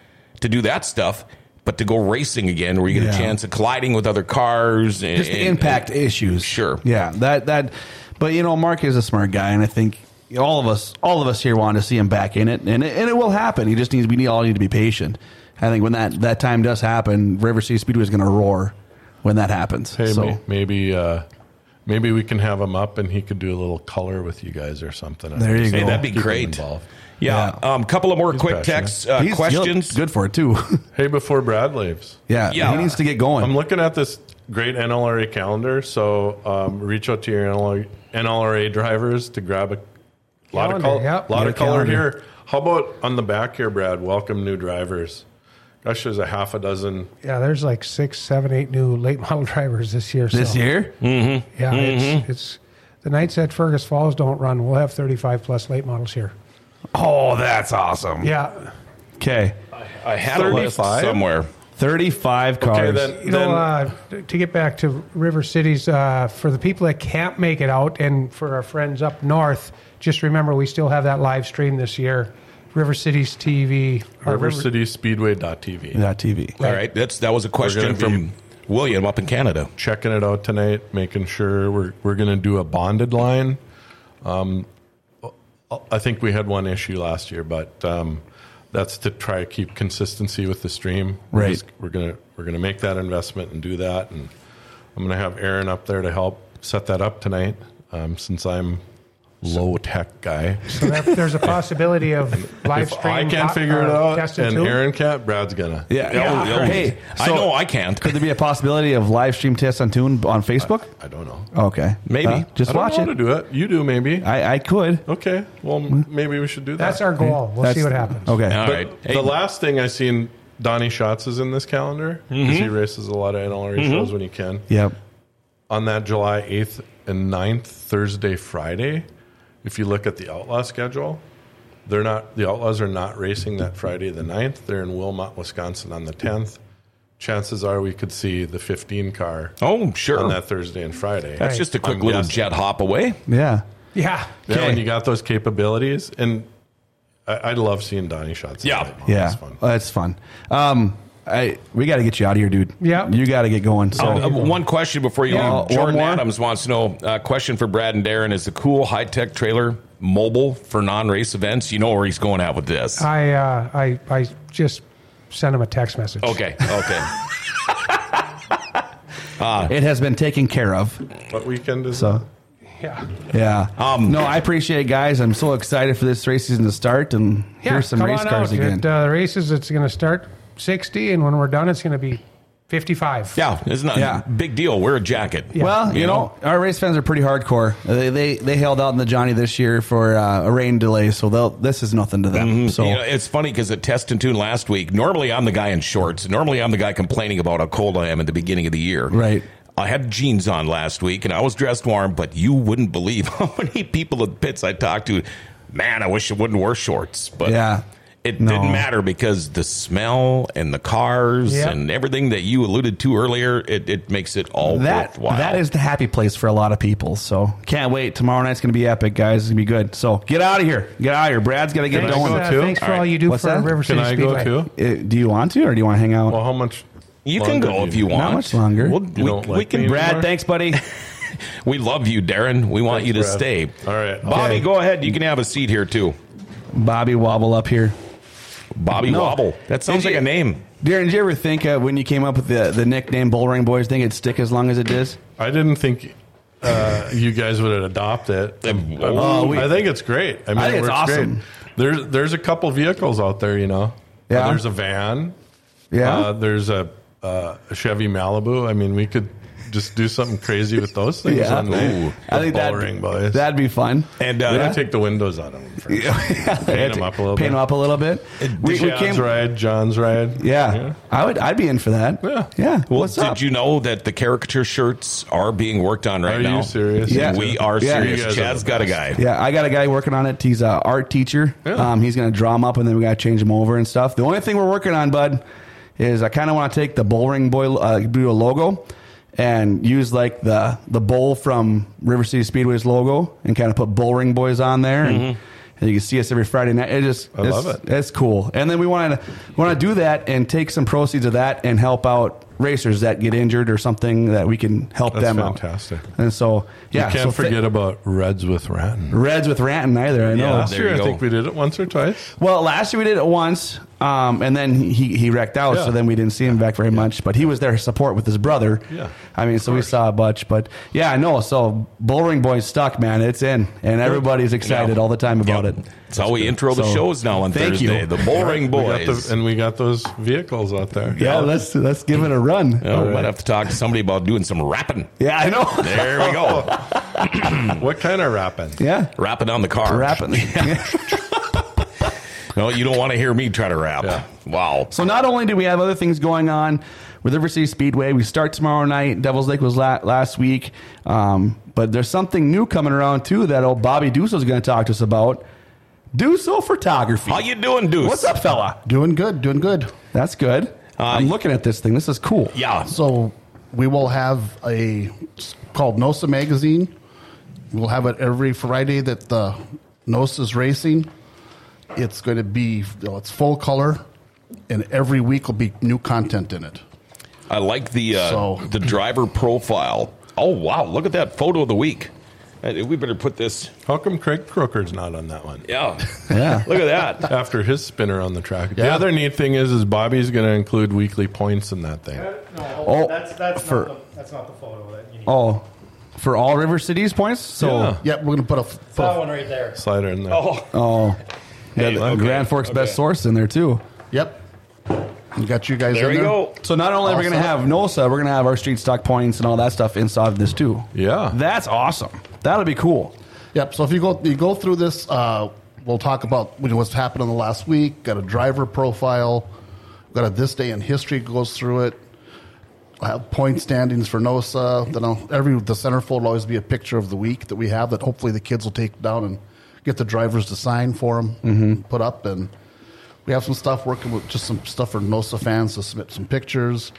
[SPEAKER 1] to do that stuff, but to go racing again, where you get a
[SPEAKER 2] Yeah.
[SPEAKER 1] chance of colliding with other cars, and,
[SPEAKER 2] just the
[SPEAKER 1] and-
[SPEAKER 2] impact issues.
[SPEAKER 1] Sure.
[SPEAKER 2] Yeah. That that but you know, Mark is a smart guy and I think all of us all of us here want to see him back in it and it, and it will happen. He just needs we need all need to be patient. I think when that that time does happen, River City Speedway is going to roar when that happens.
[SPEAKER 3] Hey,
[SPEAKER 2] so
[SPEAKER 3] may- maybe uh, maybe we can have him up, and he could do a little color with you guys or something.
[SPEAKER 2] There you
[SPEAKER 1] Hey,
[SPEAKER 2] go.
[SPEAKER 1] that'd be
[SPEAKER 3] Keep him
[SPEAKER 1] great.
[SPEAKER 3] involved.
[SPEAKER 1] Yeah. Um, couple of more quick
[SPEAKER 3] passionate.
[SPEAKER 1] texts, uh,
[SPEAKER 2] He's-
[SPEAKER 1] questions.
[SPEAKER 2] you're Good for it too.
[SPEAKER 3] Hey, before Brad leaves,
[SPEAKER 2] yeah,
[SPEAKER 1] Yeah.
[SPEAKER 2] He needs to get going.
[SPEAKER 3] I'm looking at this great NLRA calendar. So um, reach out to your NLRA, NLRA drivers to grab a lot of
[SPEAKER 4] Calendar,
[SPEAKER 3] color.
[SPEAKER 4] yep.
[SPEAKER 3] lot of
[SPEAKER 2] Get a
[SPEAKER 3] color
[SPEAKER 2] calendar.
[SPEAKER 3] here. How about on the back here, Brad? Welcome new drivers. Gosh, there's a half a dozen.
[SPEAKER 4] Yeah, there's like six, seven, eight new late model drivers this year.
[SPEAKER 2] this
[SPEAKER 4] so,
[SPEAKER 2] year?
[SPEAKER 1] Mm.
[SPEAKER 4] yeah, it's, it's the nights at Fergus Falls don't run. We'll have 35 plus late models here.
[SPEAKER 2] Oh, that's awesome.
[SPEAKER 4] Yeah,
[SPEAKER 2] Okay.
[SPEAKER 1] I had a list
[SPEAKER 3] 35?
[SPEAKER 1] somewhere.
[SPEAKER 2] 35 cars.
[SPEAKER 3] Okay, then,
[SPEAKER 4] you know,
[SPEAKER 3] then
[SPEAKER 4] uh, to get back to River Cities, uh, for the people that can't make it out, and for our friends up north, just remember we still have that live stream this year. River Cities TV. or
[SPEAKER 3] rivercityspeedway.tv.
[SPEAKER 2] that TV.
[SPEAKER 1] All right, that's that was a question
[SPEAKER 3] gonna
[SPEAKER 1] from William up in Canada.
[SPEAKER 3] checking it out tonight, making sure we're we're going to do a bonded line. Um, I think we had one issue last year, but um, that's to try to keep consistency with the stream. We're
[SPEAKER 2] Right.
[SPEAKER 3] just- We're gonna we're gonna make that investment and do that, and I'm gonna have Aaron up there to help set that up tonight um, since I'm low tech guy.
[SPEAKER 4] So there- there's a possibility of live
[SPEAKER 3] If
[SPEAKER 4] stream.
[SPEAKER 3] I can't figure it
[SPEAKER 4] uh,
[SPEAKER 3] out,
[SPEAKER 4] Justin
[SPEAKER 3] and
[SPEAKER 4] too?
[SPEAKER 3] Aaron can't, Brad's gonna.
[SPEAKER 2] Yeah.
[SPEAKER 1] Oh, oh,
[SPEAKER 2] Hey,
[SPEAKER 1] I
[SPEAKER 2] so
[SPEAKER 1] know I can't.
[SPEAKER 2] Could there be a possibility of live stream tests on Tune on Facebook?
[SPEAKER 3] I don't know.
[SPEAKER 2] Okay,
[SPEAKER 1] Maybe.
[SPEAKER 2] Huh? just
[SPEAKER 3] I don't
[SPEAKER 2] watch
[SPEAKER 3] know how to
[SPEAKER 2] it.
[SPEAKER 3] do it. You do maybe.
[SPEAKER 2] I, I could.
[SPEAKER 3] Okay. Well, m- maybe we should do that.
[SPEAKER 4] That's our goal. We'll see
[SPEAKER 2] That's-
[SPEAKER 4] what happens.
[SPEAKER 2] Okay.
[SPEAKER 1] All
[SPEAKER 3] But
[SPEAKER 1] right. Hey,
[SPEAKER 3] The last thing I seen, Donnie Schatz is in this calendar because he
[SPEAKER 1] Mm-hmm.
[SPEAKER 3] races a lot of NLRA E shows when he can.
[SPEAKER 2] Yep.
[SPEAKER 3] On that July 8th and 9th, Thursday, Friday, if you look at the Outlaw schedule, they're not the Outlaws are not racing that Friday the 9th. They're in Wilmot, Wisconsin on the 10th. Chances are we could see the 15 car
[SPEAKER 1] oh, sure.
[SPEAKER 3] on that Thursday and Friday.
[SPEAKER 1] That's just a quick
[SPEAKER 3] I'm
[SPEAKER 1] little
[SPEAKER 3] guessing.
[SPEAKER 1] jet hop away.
[SPEAKER 2] Yeah.
[SPEAKER 4] Yeah.
[SPEAKER 3] Yeah, when you got those capabilities, and I, I love seeing Donnie shots.
[SPEAKER 1] Yeah.
[SPEAKER 2] Yeah.
[SPEAKER 3] That's fun.
[SPEAKER 2] That's fun. Um, I we got to get you out of here, dude.
[SPEAKER 4] Yeah.
[SPEAKER 2] You got to get going. So.
[SPEAKER 3] Oh,
[SPEAKER 1] Uh, one question before you
[SPEAKER 2] Oh, Yeah.
[SPEAKER 1] leave.
[SPEAKER 2] Uh, one
[SPEAKER 1] Jordan
[SPEAKER 2] more?
[SPEAKER 1] Adams wants to know uh, question for Brad and Darren Is the cool high tech trailer mobile for non race events? You know where he's going at with this.
[SPEAKER 4] I, uh, I, I just sent him a text message.
[SPEAKER 1] okay. Okay.
[SPEAKER 2] it has been taken care of.
[SPEAKER 3] What weekend is
[SPEAKER 2] So.
[SPEAKER 4] Yeah.
[SPEAKER 2] Yeah.
[SPEAKER 1] Um,
[SPEAKER 2] no, I appreciate it, guys. I'm so excited for this race season to start, and
[SPEAKER 4] Yeah,
[SPEAKER 2] here's some
[SPEAKER 4] come
[SPEAKER 2] race
[SPEAKER 4] on
[SPEAKER 2] cars
[SPEAKER 4] out.
[SPEAKER 2] again.
[SPEAKER 4] At, uh, the races, it's going to start 60, and when we're done, it's going to be 55.
[SPEAKER 1] Yeah. It's not
[SPEAKER 2] Yeah.
[SPEAKER 1] big deal. Wear a jacket.
[SPEAKER 2] Well, you, know, our race fans are pretty hardcore. They they, they held out in the Johnny this year for uh, a rain delay, so they'll, this is nothing to them. Mm-hmm,
[SPEAKER 3] Mm-hmm.
[SPEAKER 2] So
[SPEAKER 1] You know, it's funny because at Test and Tune last week, normally I'm the guy in shorts. Normally I'm the guy complaining about how cold I am at the beginning of the year.
[SPEAKER 2] Right.
[SPEAKER 1] I had jeans on last week and I was dressed warm, but you wouldn't believe how many people at pits I talked to. Man, I wish I wouldn't wear shorts. But
[SPEAKER 2] Yeah.
[SPEAKER 1] it
[SPEAKER 2] No.
[SPEAKER 1] didn't matter because the smell and the cars
[SPEAKER 4] Yeah.
[SPEAKER 1] and everything that you alluded to earlier, it, it makes it all
[SPEAKER 2] that
[SPEAKER 1] worthwhile.
[SPEAKER 2] that is the happy place for a lot of people. So can't wait. Tomorrow night's gonna be epic, guys. It's gonna be good. So get out of here. Get out of here. Brad's gotta get
[SPEAKER 4] Thanks,
[SPEAKER 2] going.
[SPEAKER 4] uh,
[SPEAKER 3] too?
[SPEAKER 4] thanks for
[SPEAKER 1] All
[SPEAKER 4] all,
[SPEAKER 1] right.
[SPEAKER 4] you do
[SPEAKER 2] What's
[SPEAKER 4] for
[SPEAKER 2] that?
[SPEAKER 4] River
[SPEAKER 3] Can
[SPEAKER 4] City
[SPEAKER 3] I
[SPEAKER 4] Speedway.
[SPEAKER 3] go too?
[SPEAKER 2] Uh, do you want to, or do you want to hang out?
[SPEAKER 3] Well, how much?
[SPEAKER 1] you can
[SPEAKER 3] longer
[SPEAKER 1] go
[SPEAKER 3] do
[SPEAKER 1] if you want.
[SPEAKER 2] Not much longer.
[SPEAKER 1] We'll,
[SPEAKER 3] You
[SPEAKER 1] we
[SPEAKER 3] don't
[SPEAKER 1] we
[SPEAKER 3] like
[SPEAKER 1] can.
[SPEAKER 3] me
[SPEAKER 2] Brad,
[SPEAKER 3] anymore?
[SPEAKER 2] thanks, buddy.
[SPEAKER 1] We love you, Darren. We want you to
[SPEAKER 3] Brad.
[SPEAKER 1] stay.
[SPEAKER 3] All right.
[SPEAKER 1] Bobby,
[SPEAKER 3] Okay.
[SPEAKER 1] go ahead. You can have a seat here too.
[SPEAKER 2] Bobby Wobble up here.
[SPEAKER 1] Bobby
[SPEAKER 2] No.
[SPEAKER 1] Wobble. That sounds
[SPEAKER 2] Did
[SPEAKER 1] like a
[SPEAKER 2] you-
[SPEAKER 1] name.
[SPEAKER 2] Darren, did you ever think uh, when you came up with the the nickname Bullring Boys, think it'd stick as long as it does?
[SPEAKER 3] I didn't think uh, you guys would adopt it.
[SPEAKER 1] Um,
[SPEAKER 3] I-
[SPEAKER 1] oh,
[SPEAKER 2] we-
[SPEAKER 3] I think it's great. I mean,
[SPEAKER 2] I think
[SPEAKER 3] it
[SPEAKER 2] it's
[SPEAKER 3] works
[SPEAKER 2] awesome.
[SPEAKER 3] great. There's there's a couple vehicles out there, you know.
[SPEAKER 2] Yeah.
[SPEAKER 3] There's a van.
[SPEAKER 2] Yeah.
[SPEAKER 3] Uh, there's a, uh, a Chevy Malibu. I mean, we could just do something crazy with those things.
[SPEAKER 2] Yeah.
[SPEAKER 3] one night.
[SPEAKER 1] Ooh.
[SPEAKER 2] I think
[SPEAKER 3] The
[SPEAKER 2] that'd,
[SPEAKER 3] Bullring boys.
[SPEAKER 2] that'd be fun.
[SPEAKER 1] And uh,
[SPEAKER 3] Then I take the windows on them. First.
[SPEAKER 2] Paint
[SPEAKER 3] 'em up a little
[SPEAKER 2] Paint
[SPEAKER 3] bit.
[SPEAKER 2] 'em up a little bit. We, we
[SPEAKER 3] John's
[SPEAKER 2] came,
[SPEAKER 3] ride. John's ride.
[SPEAKER 2] yeah, I would. I'd be in for that.
[SPEAKER 3] Yeah.
[SPEAKER 2] yeah.
[SPEAKER 1] well,
[SPEAKER 2] What's
[SPEAKER 1] did
[SPEAKER 2] up?
[SPEAKER 1] you know that the caricature shirts are being worked on right
[SPEAKER 3] Are
[SPEAKER 1] now?
[SPEAKER 3] you serious?
[SPEAKER 2] Yeah.
[SPEAKER 1] We are
[SPEAKER 2] Yeah.
[SPEAKER 1] serious.
[SPEAKER 3] You guys are
[SPEAKER 1] Chad's
[SPEAKER 3] the
[SPEAKER 1] got a
[SPEAKER 3] best.
[SPEAKER 1] guy.
[SPEAKER 2] yeah, I got a guy working on it. He's a art teacher. Um, he's going to draw them up, and then we got to change them over and stuff. The only thing we're working on, bud, is I kind of want to take the Bullring Boy uh, do a logo and use like the the bowl from River City Speedway's logo, and kind of put Bullring Boys on there. And, and you can see us every Friday night. It just,
[SPEAKER 3] Mm-hmm. I love
[SPEAKER 2] it's-
[SPEAKER 3] it.
[SPEAKER 2] It's cool. And then we want to want to do that and take some proceeds of that and help out racers that get injured or something that we can help
[SPEAKER 3] That's
[SPEAKER 2] them
[SPEAKER 3] fantastic.
[SPEAKER 2] out. And so, yeah,
[SPEAKER 3] you can't
[SPEAKER 2] so fi-
[SPEAKER 3] forget about Reds with Ratton.
[SPEAKER 2] Reds with Ranton either. I know.
[SPEAKER 1] Yeah.
[SPEAKER 3] Last
[SPEAKER 1] there
[SPEAKER 3] year,
[SPEAKER 1] you
[SPEAKER 3] I
[SPEAKER 1] go.
[SPEAKER 3] think we did it once or twice.
[SPEAKER 2] Well, last year we did it once, um, and then he he wrecked out,
[SPEAKER 3] Yeah.
[SPEAKER 2] so then we didn't see him back very much. But he was there to support with his brother.
[SPEAKER 3] Yeah,
[SPEAKER 2] I mean, so we saw a bunch. But yeah, I know. So Bullring Boys stuck, man. It's in, and everybody's excited
[SPEAKER 1] Yeah.
[SPEAKER 2] all the time about
[SPEAKER 1] Yep.
[SPEAKER 2] it.
[SPEAKER 1] That's how we intro the
[SPEAKER 2] So,
[SPEAKER 1] shows now on
[SPEAKER 2] thank you.
[SPEAKER 1] Thursday. The Boring
[SPEAKER 3] We got
[SPEAKER 1] Boys.
[SPEAKER 3] the- and we got those vehicles out there.
[SPEAKER 2] Yeah, let's let's give it a run.
[SPEAKER 1] Oh,
[SPEAKER 3] right.
[SPEAKER 1] Might have to talk to somebody about doing some rapping.
[SPEAKER 2] Yeah, I know.
[SPEAKER 1] There we go.
[SPEAKER 3] What kind of rapping?
[SPEAKER 2] yeah,
[SPEAKER 1] rapping on the car.
[SPEAKER 2] rapping.
[SPEAKER 1] No, you don't want to hear me try to rap.
[SPEAKER 3] Yeah.
[SPEAKER 1] Wow.
[SPEAKER 2] So not only do we have other things going on with River City Speedway, we start tomorrow night. Devil's Lake was la- last week, um, but there's something new coming around too that old Bobby Duso is going to talk to us about. Duso photography.
[SPEAKER 1] How you doing, Deuce?
[SPEAKER 2] What's up, fella?
[SPEAKER 7] Doing good, doing good.
[SPEAKER 2] That's good. I'm looking at this thing. This is cool.
[SPEAKER 1] Yeah.
[SPEAKER 7] So we will have a it's called NOSA magazine. We'll have it every Friday that the NOSA's racing. It's going to be you know, it's full color, and every week will be new content in it.
[SPEAKER 1] I like the uh,
[SPEAKER 7] So-
[SPEAKER 1] the driver profile. Oh wow, look at that photo of the week. Uh, We better put this.
[SPEAKER 3] How come Craig Crooker's not on that one?
[SPEAKER 1] Yeah,
[SPEAKER 2] Yeah.
[SPEAKER 1] look at that.
[SPEAKER 3] After his spinner on the track. The
[SPEAKER 7] Yeah.
[SPEAKER 3] other neat thing is, is Bobby's going to include weekly points in that thing.
[SPEAKER 5] No, hold
[SPEAKER 2] Oh,
[SPEAKER 5] on. that's that's
[SPEAKER 2] for-
[SPEAKER 5] not the, that's not the photo that you need.
[SPEAKER 2] Oh, for all River Cities points. So
[SPEAKER 3] Yeah.
[SPEAKER 7] Yep, we're gonna put a. f- put a-
[SPEAKER 6] that one right there.
[SPEAKER 3] Slider in there.
[SPEAKER 1] Oh,
[SPEAKER 2] oh,
[SPEAKER 1] Hey,
[SPEAKER 2] yeah,
[SPEAKER 1] okay,
[SPEAKER 2] Grand Forks
[SPEAKER 1] okay.
[SPEAKER 2] best source in there too.
[SPEAKER 7] yep. We got you guys
[SPEAKER 1] there
[SPEAKER 7] in
[SPEAKER 1] we
[SPEAKER 2] uh,
[SPEAKER 7] there.
[SPEAKER 1] go.
[SPEAKER 2] So not only are we going to have
[SPEAKER 7] Awesome.
[SPEAKER 2] NOSA, we're going to have our street stock points and all that stuff inside of this too.
[SPEAKER 3] Yeah.
[SPEAKER 2] that's awesome. That'll be cool.
[SPEAKER 7] Yep. So if you go you go through this, uh, we'll talk about you know, what's happened in the last week. Got a driver profile. Got a this day in history goes through it. I have point standings for NOSA. Then I'll, every the centerfold will always be a picture of the week that we have that hopefully the kids will take down and get the drivers to sign for them, put up, and we have some stuff working with just some stuff for NOSA fans to submit some pictures.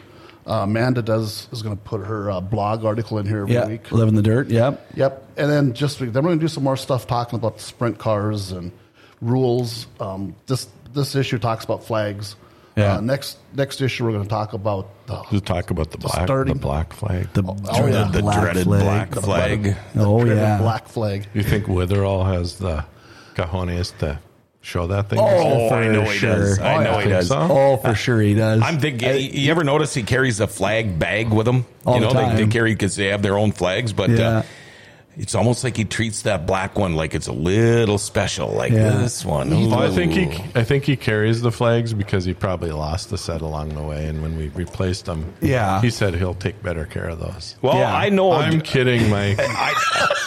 [SPEAKER 7] Uh, Amanda does is going to put her uh, blog article in here every
[SPEAKER 2] Yeah,
[SPEAKER 7] week.
[SPEAKER 2] live in the dirt. Yep.
[SPEAKER 7] Yep. And then just then we're going to do some more stuff talking about the sprint cars and rules. Um, this this issue talks about flags.
[SPEAKER 2] Yeah.
[SPEAKER 7] Uh, next next issue we're going to talk about the
[SPEAKER 3] Just talk about the black,
[SPEAKER 7] starting-
[SPEAKER 3] the black flag.
[SPEAKER 2] The dreaded
[SPEAKER 7] yeah.
[SPEAKER 1] The dreaded black flag.
[SPEAKER 7] the
[SPEAKER 2] Oh,
[SPEAKER 7] dreaded
[SPEAKER 2] yeah.
[SPEAKER 7] black flag.
[SPEAKER 3] you think Witherall has the cajones to show that thing?
[SPEAKER 1] Oh, I know he does.
[SPEAKER 2] sure.
[SPEAKER 1] I
[SPEAKER 3] Oh,
[SPEAKER 1] know
[SPEAKER 3] yeah.
[SPEAKER 1] he does.
[SPEAKER 3] Think so?
[SPEAKER 2] Oh, for sure he does.
[SPEAKER 1] I'm thinking. you ever notice he carries a flag bag with him?
[SPEAKER 2] All
[SPEAKER 1] you
[SPEAKER 2] the
[SPEAKER 1] know, They,
[SPEAKER 2] time.
[SPEAKER 1] they carry because they have their own flags, but.
[SPEAKER 2] Yeah.
[SPEAKER 1] Uh, it's almost like he treats that black one like it's a little special, like
[SPEAKER 2] Yeah.
[SPEAKER 1] this one.
[SPEAKER 3] Well, I
[SPEAKER 1] Ooh.
[SPEAKER 3] think he, I think he carries the flags because he probably lost the set along the way, and when we replaced them,
[SPEAKER 2] Yeah.
[SPEAKER 3] he said he'll take better care of those.
[SPEAKER 1] Well,
[SPEAKER 2] Yeah.
[SPEAKER 1] I know.
[SPEAKER 3] I'm kidding, Mike.
[SPEAKER 1] I,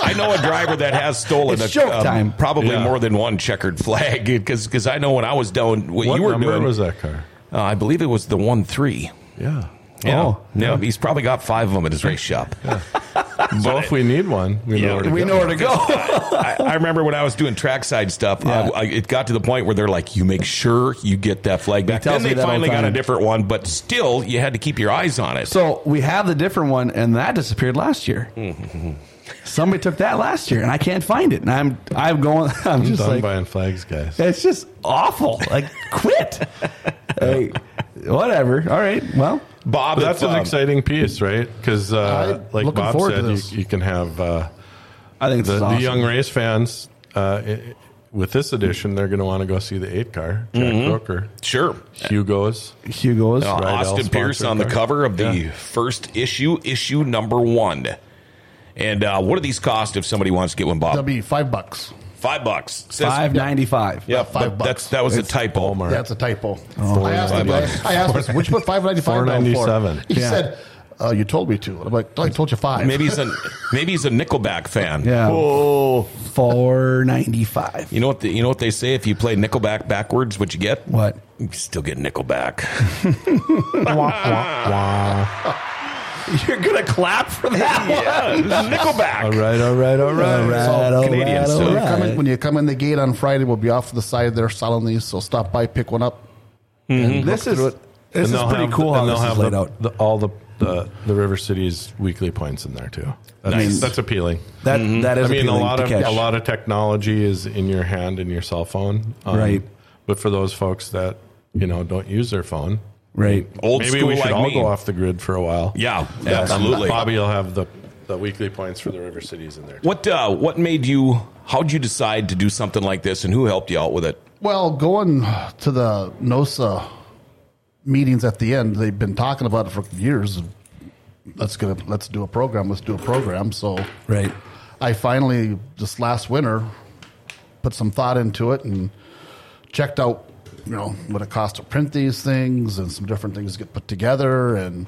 [SPEAKER 1] I know a driver that has stolen
[SPEAKER 2] It's
[SPEAKER 1] a, um,
[SPEAKER 2] joke time.
[SPEAKER 1] probably
[SPEAKER 3] Yeah.
[SPEAKER 1] more than one checkered flag because I know when I was doing what,
[SPEAKER 3] what
[SPEAKER 1] you were
[SPEAKER 3] number
[SPEAKER 1] doing
[SPEAKER 3] was that car?
[SPEAKER 1] uh, I believe it was the one three.
[SPEAKER 3] Yeah.
[SPEAKER 1] Yeah.
[SPEAKER 2] Oh.
[SPEAKER 1] yeah, he's probably got five of them at his race shop.
[SPEAKER 3] So if we need one, we know
[SPEAKER 1] Yeah,
[SPEAKER 3] where to
[SPEAKER 1] we
[SPEAKER 3] go.
[SPEAKER 2] know where to go.
[SPEAKER 1] I, I remember when I was doing trackside stuff,
[SPEAKER 2] Yeah.
[SPEAKER 1] I, I, it got to the point where they're like, "You make sure you get that flag back."
[SPEAKER 2] tells
[SPEAKER 1] Then they
[SPEAKER 2] me that all
[SPEAKER 1] finally
[SPEAKER 2] the
[SPEAKER 1] got a
[SPEAKER 2] time.
[SPEAKER 1] different one, but still, you had to keep your eyes on it.
[SPEAKER 2] so we have the different one, and that disappeared last year. Somebody took that last year, and I can't find it. And I'm I'm going. I'm,
[SPEAKER 3] I'm
[SPEAKER 2] just
[SPEAKER 3] done
[SPEAKER 2] like
[SPEAKER 3] buying flags, guys.
[SPEAKER 2] it's just awful. Like quit. Hey, whatever. All right. Well,
[SPEAKER 1] Bob,
[SPEAKER 3] That's
[SPEAKER 1] if,
[SPEAKER 3] an
[SPEAKER 1] um,
[SPEAKER 3] exciting piece, right? Because uh,
[SPEAKER 7] I'm
[SPEAKER 3] like
[SPEAKER 7] looking
[SPEAKER 3] Bob
[SPEAKER 7] forward to
[SPEAKER 3] said,
[SPEAKER 7] this.
[SPEAKER 3] you, you can have uh,
[SPEAKER 2] I think
[SPEAKER 3] the,
[SPEAKER 2] this is awesome.
[SPEAKER 3] the young race fans uh, i- i- with this edition. They're going to want to go see the eight car, Jack
[SPEAKER 2] Mm-hmm.
[SPEAKER 3] Croker,
[SPEAKER 1] Sure.
[SPEAKER 3] Hugo's.
[SPEAKER 2] Hugo's.
[SPEAKER 1] Uh,
[SPEAKER 3] Rydell
[SPEAKER 1] Austin
[SPEAKER 3] sponsored
[SPEAKER 1] Pierce on the
[SPEAKER 3] car.
[SPEAKER 1] cover of the first issue, issue number one. And uh, what do these cost if somebody wants to get one, Bob?
[SPEAKER 7] That'll be five bucks.
[SPEAKER 1] five bucks. Says-
[SPEAKER 2] Five ninety five.
[SPEAKER 1] Yeah, but
[SPEAKER 7] five bucks.
[SPEAKER 1] That's that was a typo.
[SPEAKER 3] Walmart.
[SPEAKER 7] That's a
[SPEAKER 2] Oh,
[SPEAKER 7] typo. I asked him.
[SPEAKER 3] $4.95.
[SPEAKER 7] I, I asked him, which put five ninety five down for?
[SPEAKER 3] $4.97.
[SPEAKER 7] He
[SPEAKER 2] Yeah.
[SPEAKER 7] said, uh, "You told me to." I'm like, "I told you five.
[SPEAKER 1] Maybe he's a maybe he's a Nickelback fan.
[SPEAKER 2] Yeah.
[SPEAKER 1] Oh.
[SPEAKER 2] Four ninety five.
[SPEAKER 1] You know what? The, you know what they say if you play Nickelback backwards, what you get?
[SPEAKER 2] What?
[SPEAKER 1] You still get Nickelback.
[SPEAKER 2] You're gonna clap for that
[SPEAKER 1] yeah,
[SPEAKER 3] All
[SPEAKER 1] Nickelback.
[SPEAKER 3] right, all right, all right.
[SPEAKER 2] All right, all
[SPEAKER 1] Canadian,
[SPEAKER 2] right,
[SPEAKER 1] so
[SPEAKER 2] all
[SPEAKER 1] you
[SPEAKER 7] Come in-
[SPEAKER 2] right.
[SPEAKER 7] when you come in the gate on Friday, we'll be off to the side there selling these. So stop by, pick one up.
[SPEAKER 2] Mm-hmm. This is
[SPEAKER 3] And
[SPEAKER 2] this is
[SPEAKER 3] they'll
[SPEAKER 2] pretty
[SPEAKER 3] have the-
[SPEAKER 2] cool how
[SPEAKER 3] and they'll
[SPEAKER 2] this is
[SPEAKER 3] have
[SPEAKER 2] laid
[SPEAKER 3] the,
[SPEAKER 2] out.
[SPEAKER 3] the- all the, the the River Cities weekly points in there too. That's,
[SPEAKER 1] Nice.
[SPEAKER 3] that's appealing.
[SPEAKER 2] That that is
[SPEAKER 3] Mm-hmm. I mean, a
[SPEAKER 2] appealing
[SPEAKER 3] lot
[SPEAKER 2] to
[SPEAKER 3] of
[SPEAKER 2] catch.
[SPEAKER 3] a lot of technology is in your hand in your cell phone, Um,
[SPEAKER 2] Right.
[SPEAKER 3] But for those folks that you know don't use their phone,
[SPEAKER 2] right.
[SPEAKER 1] Old
[SPEAKER 3] maybe
[SPEAKER 1] school
[SPEAKER 3] we should
[SPEAKER 1] like
[SPEAKER 3] all
[SPEAKER 1] me.
[SPEAKER 3] go off the grid for a while.
[SPEAKER 1] Yeah, absolutely.
[SPEAKER 3] Bobby will have the the weekly points for the River Cities in there.
[SPEAKER 1] What uh, what made you? How'd you decide to do something like this, and who helped you out with it?
[SPEAKER 7] Well, going to the NOSA meetings at the end, they've been talking about it for years. Let's get a, let's do a program. Let's do a program. So
[SPEAKER 2] Right.
[SPEAKER 7] I finally just last winter put some thought into it and checked out you know what it costs to print these things and some different things get put together and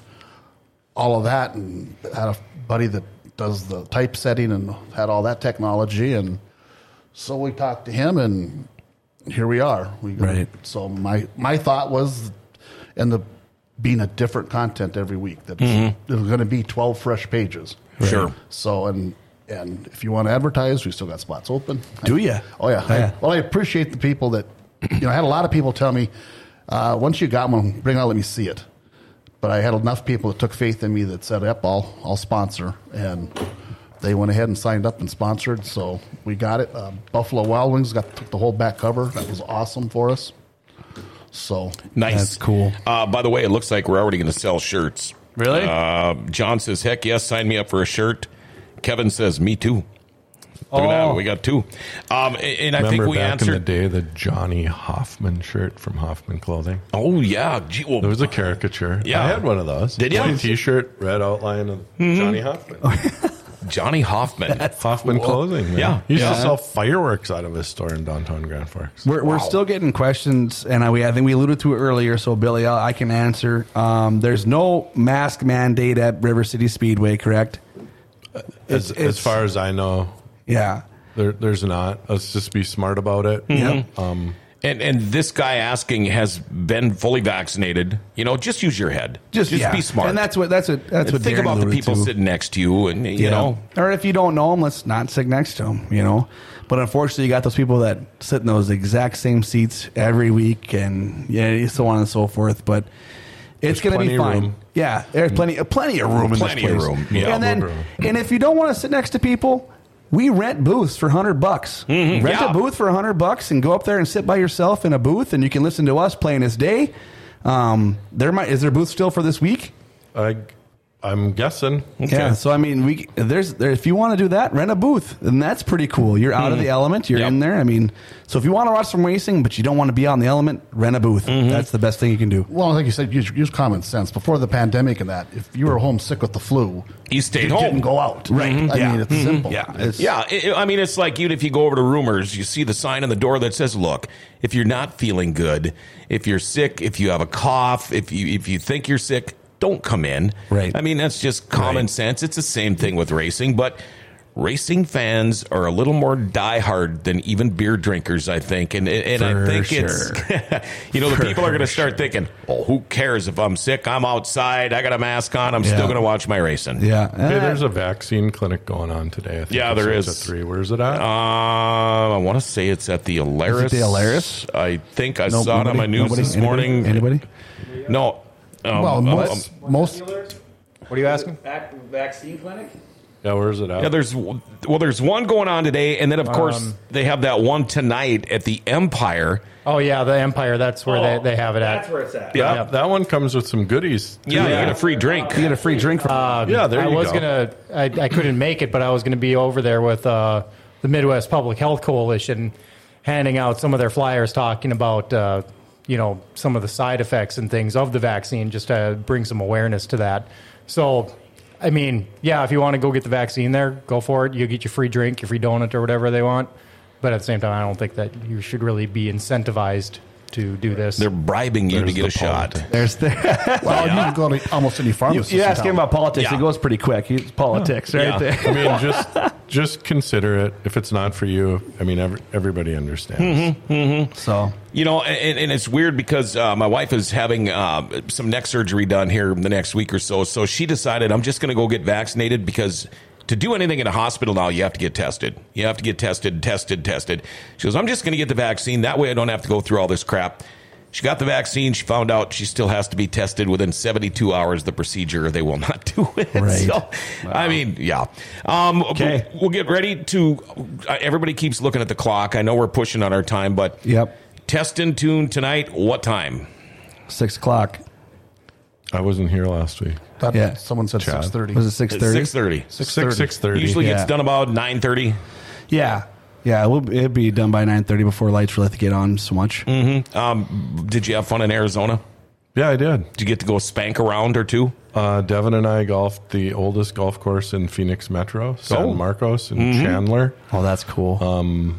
[SPEAKER 7] all of that and had a buddy that does the typesetting and had all that technology and so we talked to him and here we are we
[SPEAKER 2] Right.
[SPEAKER 7] so my my thought was and the being a different content every week that there's going to be 12 fresh pages
[SPEAKER 1] Sure.
[SPEAKER 7] so and and if you want to advertise, we still got spots open.
[SPEAKER 2] Do ya?
[SPEAKER 7] Oh yeah. I-
[SPEAKER 2] Yeah.
[SPEAKER 7] well, I appreciate the people that you know. I had a lot of people tell me uh, once you got one, bring it out, let me see it. But I had enough people that took faith in me that said, "Yep, I'll I'll sponsor," and they went ahead and signed up and sponsored. So we got it. Uh, Buffalo Wild Wings got took the whole back cover. That was awesome for us. So
[SPEAKER 1] Nice,
[SPEAKER 2] That's cool.
[SPEAKER 1] Uh, by the way, it looks like we're already going to sell shirts.
[SPEAKER 2] Really?
[SPEAKER 1] Uh, John says, "Heck yes, sign me up for a shirt." Kevin says, "Me too." Look at
[SPEAKER 2] Oh.
[SPEAKER 1] that, we got two. Um, and, and I
[SPEAKER 3] Remember
[SPEAKER 1] think we
[SPEAKER 3] back in the
[SPEAKER 1] answered.
[SPEAKER 3] day, the Johnny Hoffman shirt from Hoffman Clothing.
[SPEAKER 1] Oh yeah, gee, well,
[SPEAKER 3] There was a caricature.
[SPEAKER 1] Oh, Yeah.
[SPEAKER 3] I had one of those.
[SPEAKER 1] Did ya? Mm-hmm.
[SPEAKER 3] White T-shirt, red outline of Johnny Hoffman.
[SPEAKER 1] Johnny Hoffman.
[SPEAKER 3] Hoffman
[SPEAKER 1] cool.
[SPEAKER 3] Clothing. man.
[SPEAKER 1] Yeah,
[SPEAKER 3] He used
[SPEAKER 1] yeah.
[SPEAKER 3] to sell fireworks out of his store in downtown Grand Forks.
[SPEAKER 2] We're, we're still getting questions, and I, we, I think we alluded to it earlier. So, Billy, I, I can answer. Um, there's no mask mandate at River City Speedway, correct?
[SPEAKER 3] As, as
[SPEAKER 2] it's-
[SPEAKER 3] far as I know,
[SPEAKER 2] Yeah.
[SPEAKER 3] there, there's not. Let's just be smart about it.
[SPEAKER 2] Yep.
[SPEAKER 3] Um,
[SPEAKER 1] And and this guy asking has been fully vaccinated. You know, just use your head. Just,
[SPEAKER 2] yeah.
[SPEAKER 1] be smart.
[SPEAKER 2] And that's what that's what that's what
[SPEAKER 1] think
[SPEAKER 2] Darren
[SPEAKER 1] about the
[SPEAKER 2] alluded
[SPEAKER 1] people
[SPEAKER 2] to.
[SPEAKER 1] sitting next to you, and you know,
[SPEAKER 2] or if you don't know them, let's not sit next to them. You know, but unfortunately, you got those people that sit in those exact same seats every week, and yeah, so on and so forth. But it's going to
[SPEAKER 3] plenty
[SPEAKER 2] be
[SPEAKER 3] of
[SPEAKER 2] fine.
[SPEAKER 3] room.
[SPEAKER 2] Yeah, there's plenty, plenty of room in
[SPEAKER 1] Plenty
[SPEAKER 2] this
[SPEAKER 1] of
[SPEAKER 2] place.
[SPEAKER 1] room, yeah.
[SPEAKER 2] and then,
[SPEAKER 3] Room.
[SPEAKER 2] and if you don't want to sit next to people. We rent booths for hundred bucks. Rent
[SPEAKER 1] Mm-hmm. yeah.
[SPEAKER 2] a booth for hundred bucks and go up there and sit by yourself in a booth, and you can listen to us playing this day. Um, there might is there booth still for this week?
[SPEAKER 3] I, I'm guessing.
[SPEAKER 2] Yeah, so I mean, we there's there, if you want to do that, rent a booth, and that's pretty cool. You're out of the element, you're
[SPEAKER 1] Yep.
[SPEAKER 2] in there. I mean, so if you want to watch some racing, but you don't want to be on the element, rent a booth. That's the best thing you can do.
[SPEAKER 7] Well, like you said, use, use common sense. Before the pandemic and that, if you were home sick with the flu,
[SPEAKER 1] you stayed
[SPEAKER 7] you didn't
[SPEAKER 1] home.
[SPEAKER 7] go out.
[SPEAKER 2] Right.
[SPEAKER 7] I
[SPEAKER 2] Yeah. Mm-hmm.
[SPEAKER 7] mean, it's simple.
[SPEAKER 2] Yeah, it's,
[SPEAKER 1] Yeah, i I I mean, it's like even if you go over to rumors, you see the sign on the door that says, "Look, if you're not feeling good, if you're sick, if you have a cough, if you if you think you're sick, don't come in."
[SPEAKER 2] Right.
[SPEAKER 1] I mean, that's just common sense. It's the same thing with racing, but racing fans are a little more diehard than even beer drinkers, I think, and and I
[SPEAKER 2] For
[SPEAKER 1] think it's you know the people are going to start thinking, "Oh, who cares if I'm sick? I'm outside. I got a mask on. I'm still
[SPEAKER 2] Yeah.
[SPEAKER 1] going to watch my racing."
[SPEAKER 2] yeah. Eh,
[SPEAKER 3] Hey, there's a vaccine clinic going on today. I think
[SPEAKER 1] Yeah,
[SPEAKER 3] it
[SPEAKER 1] there
[SPEAKER 3] starts
[SPEAKER 1] is.
[SPEAKER 3] at Three. Where is Uh, it at?
[SPEAKER 1] Um, I want to say it's at the Alaris.
[SPEAKER 2] Is it the Alaris?
[SPEAKER 1] I think I
[SPEAKER 2] No,
[SPEAKER 1] saw it on
[SPEAKER 2] nobody?
[SPEAKER 1] my news
[SPEAKER 2] Nobody?
[SPEAKER 1] this
[SPEAKER 2] Anybody?
[SPEAKER 1] morning.
[SPEAKER 2] Anybody?
[SPEAKER 1] No. Um,
[SPEAKER 7] Well,
[SPEAKER 1] um,
[SPEAKER 7] most,
[SPEAKER 1] um,
[SPEAKER 7] most
[SPEAKER 6] What are you asking?
[SPEAKER 5] vaccine clinic?
[SPEAKER 3] yeah, where is it at?
[SPEAKER 1] yeah, there's well, there's one going on today, and then
[SPEAKER 2] Um,
[SPEAKER 1] of course they have that one tonight at the Empire.
[SPEAKER 6] Oh yeah, the Empire. That's where
[SPEAKER 5] Oh,
[SPEAKER 6] they, they have it at.
[SPEAKER 5] That's where it's at.
[SPEAKER 1] Yeah,
[SPEAKER 3] That- that one comes with some goodies. too.
[SPEAKER 1] yeah, you get a free drink.
[SPEAKER 2] You get a free drink from
[SPEAKER 3] yeah, there
[SPEAKER 6] I
[SPEAKER 3] you
[SPEAKER 6] was
[SPEAKER 3] go.
[SPEAKER 6] gonna. I, I couldn't make it, but I was gonna be over there with uh, the Midwest Public Health Coalition, handing out some of their flyers, talking about uh, you know some of the side effects and things of the vaccine, just to bring some awareness to that. So, I mean, yeah, if you want to go get the vaccine, there, go for it. You get your free drink, your free donut, or whatever they want. But at the same time, I don't think that you should really be incentivized to do this.
[SPEAKER 1] They're bribing you to
[SPEAKER 3] There's
[SPEAKER 1] get
[SPEAKER 3] the
[SPEAKER 1] a shot.
[SPEAKER 2] There's the,
[SPEAKER 7] well, you can go to almost any
[SPEAKER 2] you,
[SPEAKER 7] pharmacy.
[SPEAKER 2] you
[SPEAKER 7] in
[SPEAKER 2] ask him
[SPEAKER 7] town.
[SPEAKER 2] about politics,
[SPEAKER 1] Yeah.
[SPEAKER 2] it goes pretty quick. It's politics right
[SPEAKER 1] Yeah.
[SPEAKER 2] there.
[SPEAKER 3] I mean, just just consider it. If it's not for you, I mean, every, everybody understands.
[SPEAKER 2] So
[SPEAKER 1] You know, and, and it's weird because uh, my wife is having uh, some neck surgery done here in the next week or so. So she decided I'm just going to go get vaccinated because to do anything in a hospital now, you have to get tested. You have to get tested, tested, tested. She goes, I'm just going to get the vaccine. That way I don't have to go through all this crap. She got the vaccine. She found out she still has to be tested within 72 hours of the procedure. or They will not do it.
[SPEAKER 2] Right.
[SPEAKER 1] So, I mean, yeah. Um,
[SPEAKER 2] Okay.
[SPEAKER 1] we'll- We'll get ready to. Uh, everybody keeps looking at the clock. I know we're pushing on our time, but
[SPEAKER 2] Yep.
[SPEAKER 1] Test and tune tonight. What time?
[SPEAKER 2] six o'clock.
[SPEAKER 3] I wasn't here last week.
[SPEAKER 7] That,
[SPEAKER 2] Yeah.
[SPEAKER 7] Someone said
[SPEAKER 3] Chad.
[SPEAKER 7] six thirty.
[SPEAKER 2] Was it six thirty?
[SPEAKER 1] Six thirty.
[SPEAKER 3] Six six thirty.
[SPEAKER 1] Usually
[SPEAKER 2] Yeah.
[SPEAKER 1] gets done about nine thirty.
[SPEAKER 2] Yeah, yeah. It will it'd be done by nine thirty before lights really have to get on so much.
[SPEAKER 1] Mm. Um, did you have fun in Arizona?
[SPEAKER 3] yeah, I did.
[SPEAKER 1] Did you get to go spank around or two?
[SPEAKER 3] Uh, Devin and I golfed the oldest golf course in Phoenix Metro, San
[SPEAKER 1] Oh.
[SPEAKER 3] Marcos and Chandler.
[SPEAKER 2] Oh, that's cool.
[SPEAKER 1] Uh,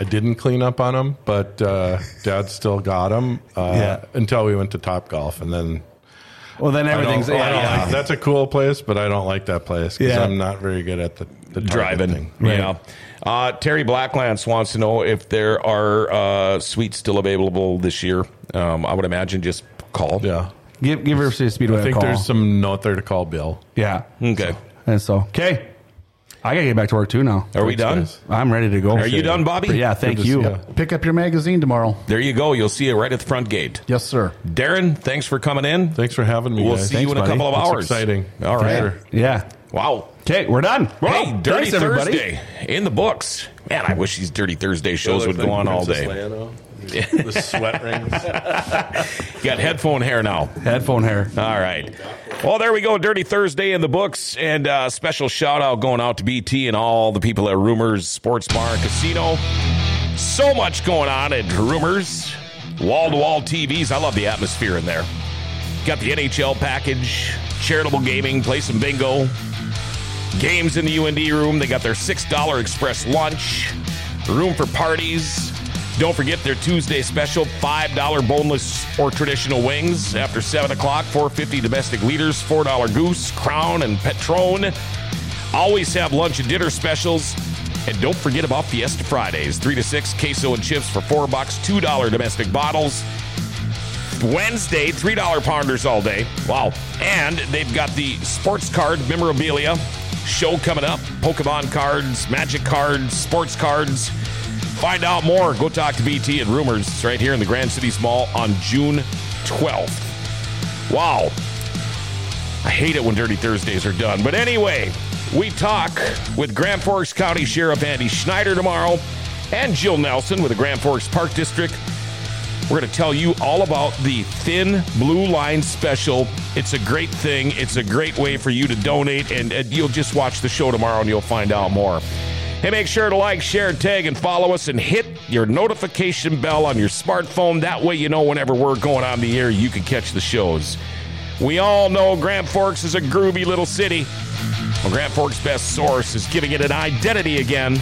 [SPEAKER 3] I didn't clean up on them, but uh, Dad still got them uh,
[SPEAKER 2] Yeah.
[SPEAKER 3] until we went to Top Golf, and then
[SPEAKER 2] well, then
[SPEAKER 3] I don't-
[SPEAKER 1] Oh,
[SPEAKER 2] everything's
[SPEAKER 3] I don't
[SPEAKER 2] yeah, yeah.
[SPEAKER 3] like- that's a cool place, but I don't like that place because
[SPEAKER 2] Yeah.
[SPEAKER 3] I'm not very good at the, the target
[SPEAKER 1] Driving.
[SPEAKER 3] thing.
[SPEAKER 1] Yeah. Uh, Terry Blacklance wants to know if there are uh, suites still available this year. Um, I would imagine just call.
[SPEAKER 3] Yeah,
[SPEAKER 2] Give give River City Speedway
[SPEAKER 3] I think
[SPEAKER 2] a call.
[SPEAKER 3] there's some note there to call Bill.
[SPEAKER 2] yeah,
[SPEAKER 1] Okay.
[SPEAKER 2] and so okay, I gotta get back to work too now.
[SPEAKER 1] Are we
[SPEAKER 3] Thanks,
[SPEAKER 1] done?
[SPEAKER 3] guys.
[SPEAKER 2] I'm ready to go.
[SPEAKER 1] Are you done, Bobby?
[SPEAKER 2] yeah, thank
[SPEAKER 3] Good to
[SPEAKER 2] you.
[SPEAKER 3] see ya.
[SPEAKER 7] Pick up your magazine tomorrow.
[SPEAKER 1] There you go. You'll see it right at the front gate.
[SPEAKER 7] Yes, sir.
[SPEAKER 1] Darren, thanks for coming in.
[SPEAKER 3] Thanks for having me.
[SPEAKER 1] We'll
[SPEAKER 3] guys.
[SPEAKER 1] see you
[SPEAKER 3] Thanks,
[SPEAKER 1] in a
[SPEAKER 3] buddy.
[SPEAKER 1] couple of
[SPEAKER 3] That's
[SPEAKER 1] hours.
[SPEAKER 3] exciting.
[SPEAKER 1] All right.
[SPEAKER 2] Yeah.
[SPEAKER 1] Wow.
[SPEAKER 2] Okay, we're done.
[SPEAKER 1] Well,
[SPEAKER 2] Hey,
[SPEAKER 1] Dirty
[SPEAKER 2] thanks, everybody.
[SPEAKER 1] Thursday in the books. Man, I wish these Dirty Thursday shows would go on all day.
[SPEAKER 3] the sweat rings.
[SPEAKER 1] Got headphone hair now.
[SPEAKER 2] Headphone hair.
[SPEAKER 1] All right. Well, there we go. Dirty Thursday in the books, and uh, special shout out going out to BT and all the people at Rumors Sports Bar and Casino. So much going on at Rumors. Wall to wall TVs. I love the atmosphere in there. Got the NHL package, charitable gaming, play some bingo, Games in the UND room. They got their $6 express lunch, room for parties. Don't forget their Tuesday special $5 boneless or traditional wings after 7 o'clock, 450 domestic leaders, $4 goose, crown, and Patron. Always have lunch and dinner specials. And don't forget about Fiesta Fridays, 3 to 6 queso and chips for 4 bucks, $2 domestic bottles. Wednesday, $3 pounders all day. Wow. And they've got the sports card memorabilia show coming up Pokemon cards, magic cards, sports cards. Find out more. Go talk to BT and rumors It's right here in the Grand Cities Mall on June 12th. Wow. I hate it when Dirty Thursdays are done. But anyway, we talk with Grand Forks County Sheriff Andy Schneider tomorrow and Jill Nelson with the Grand Forks Park District. We're going to tell you all about the Thin Blue Line special. It's a great thing. It's a great way for you to donate, and, and you'll just watch the show tomorrow and you'll find out more. Hey, make sure to like, share, tag, and follow us, and hit your notification bell on your smartphone. That way, you know whenever we're going on the air, you can catch the shows. We all know Grand Forks is a groovy little city. Well, Grand Forks' best source is giving it an identity again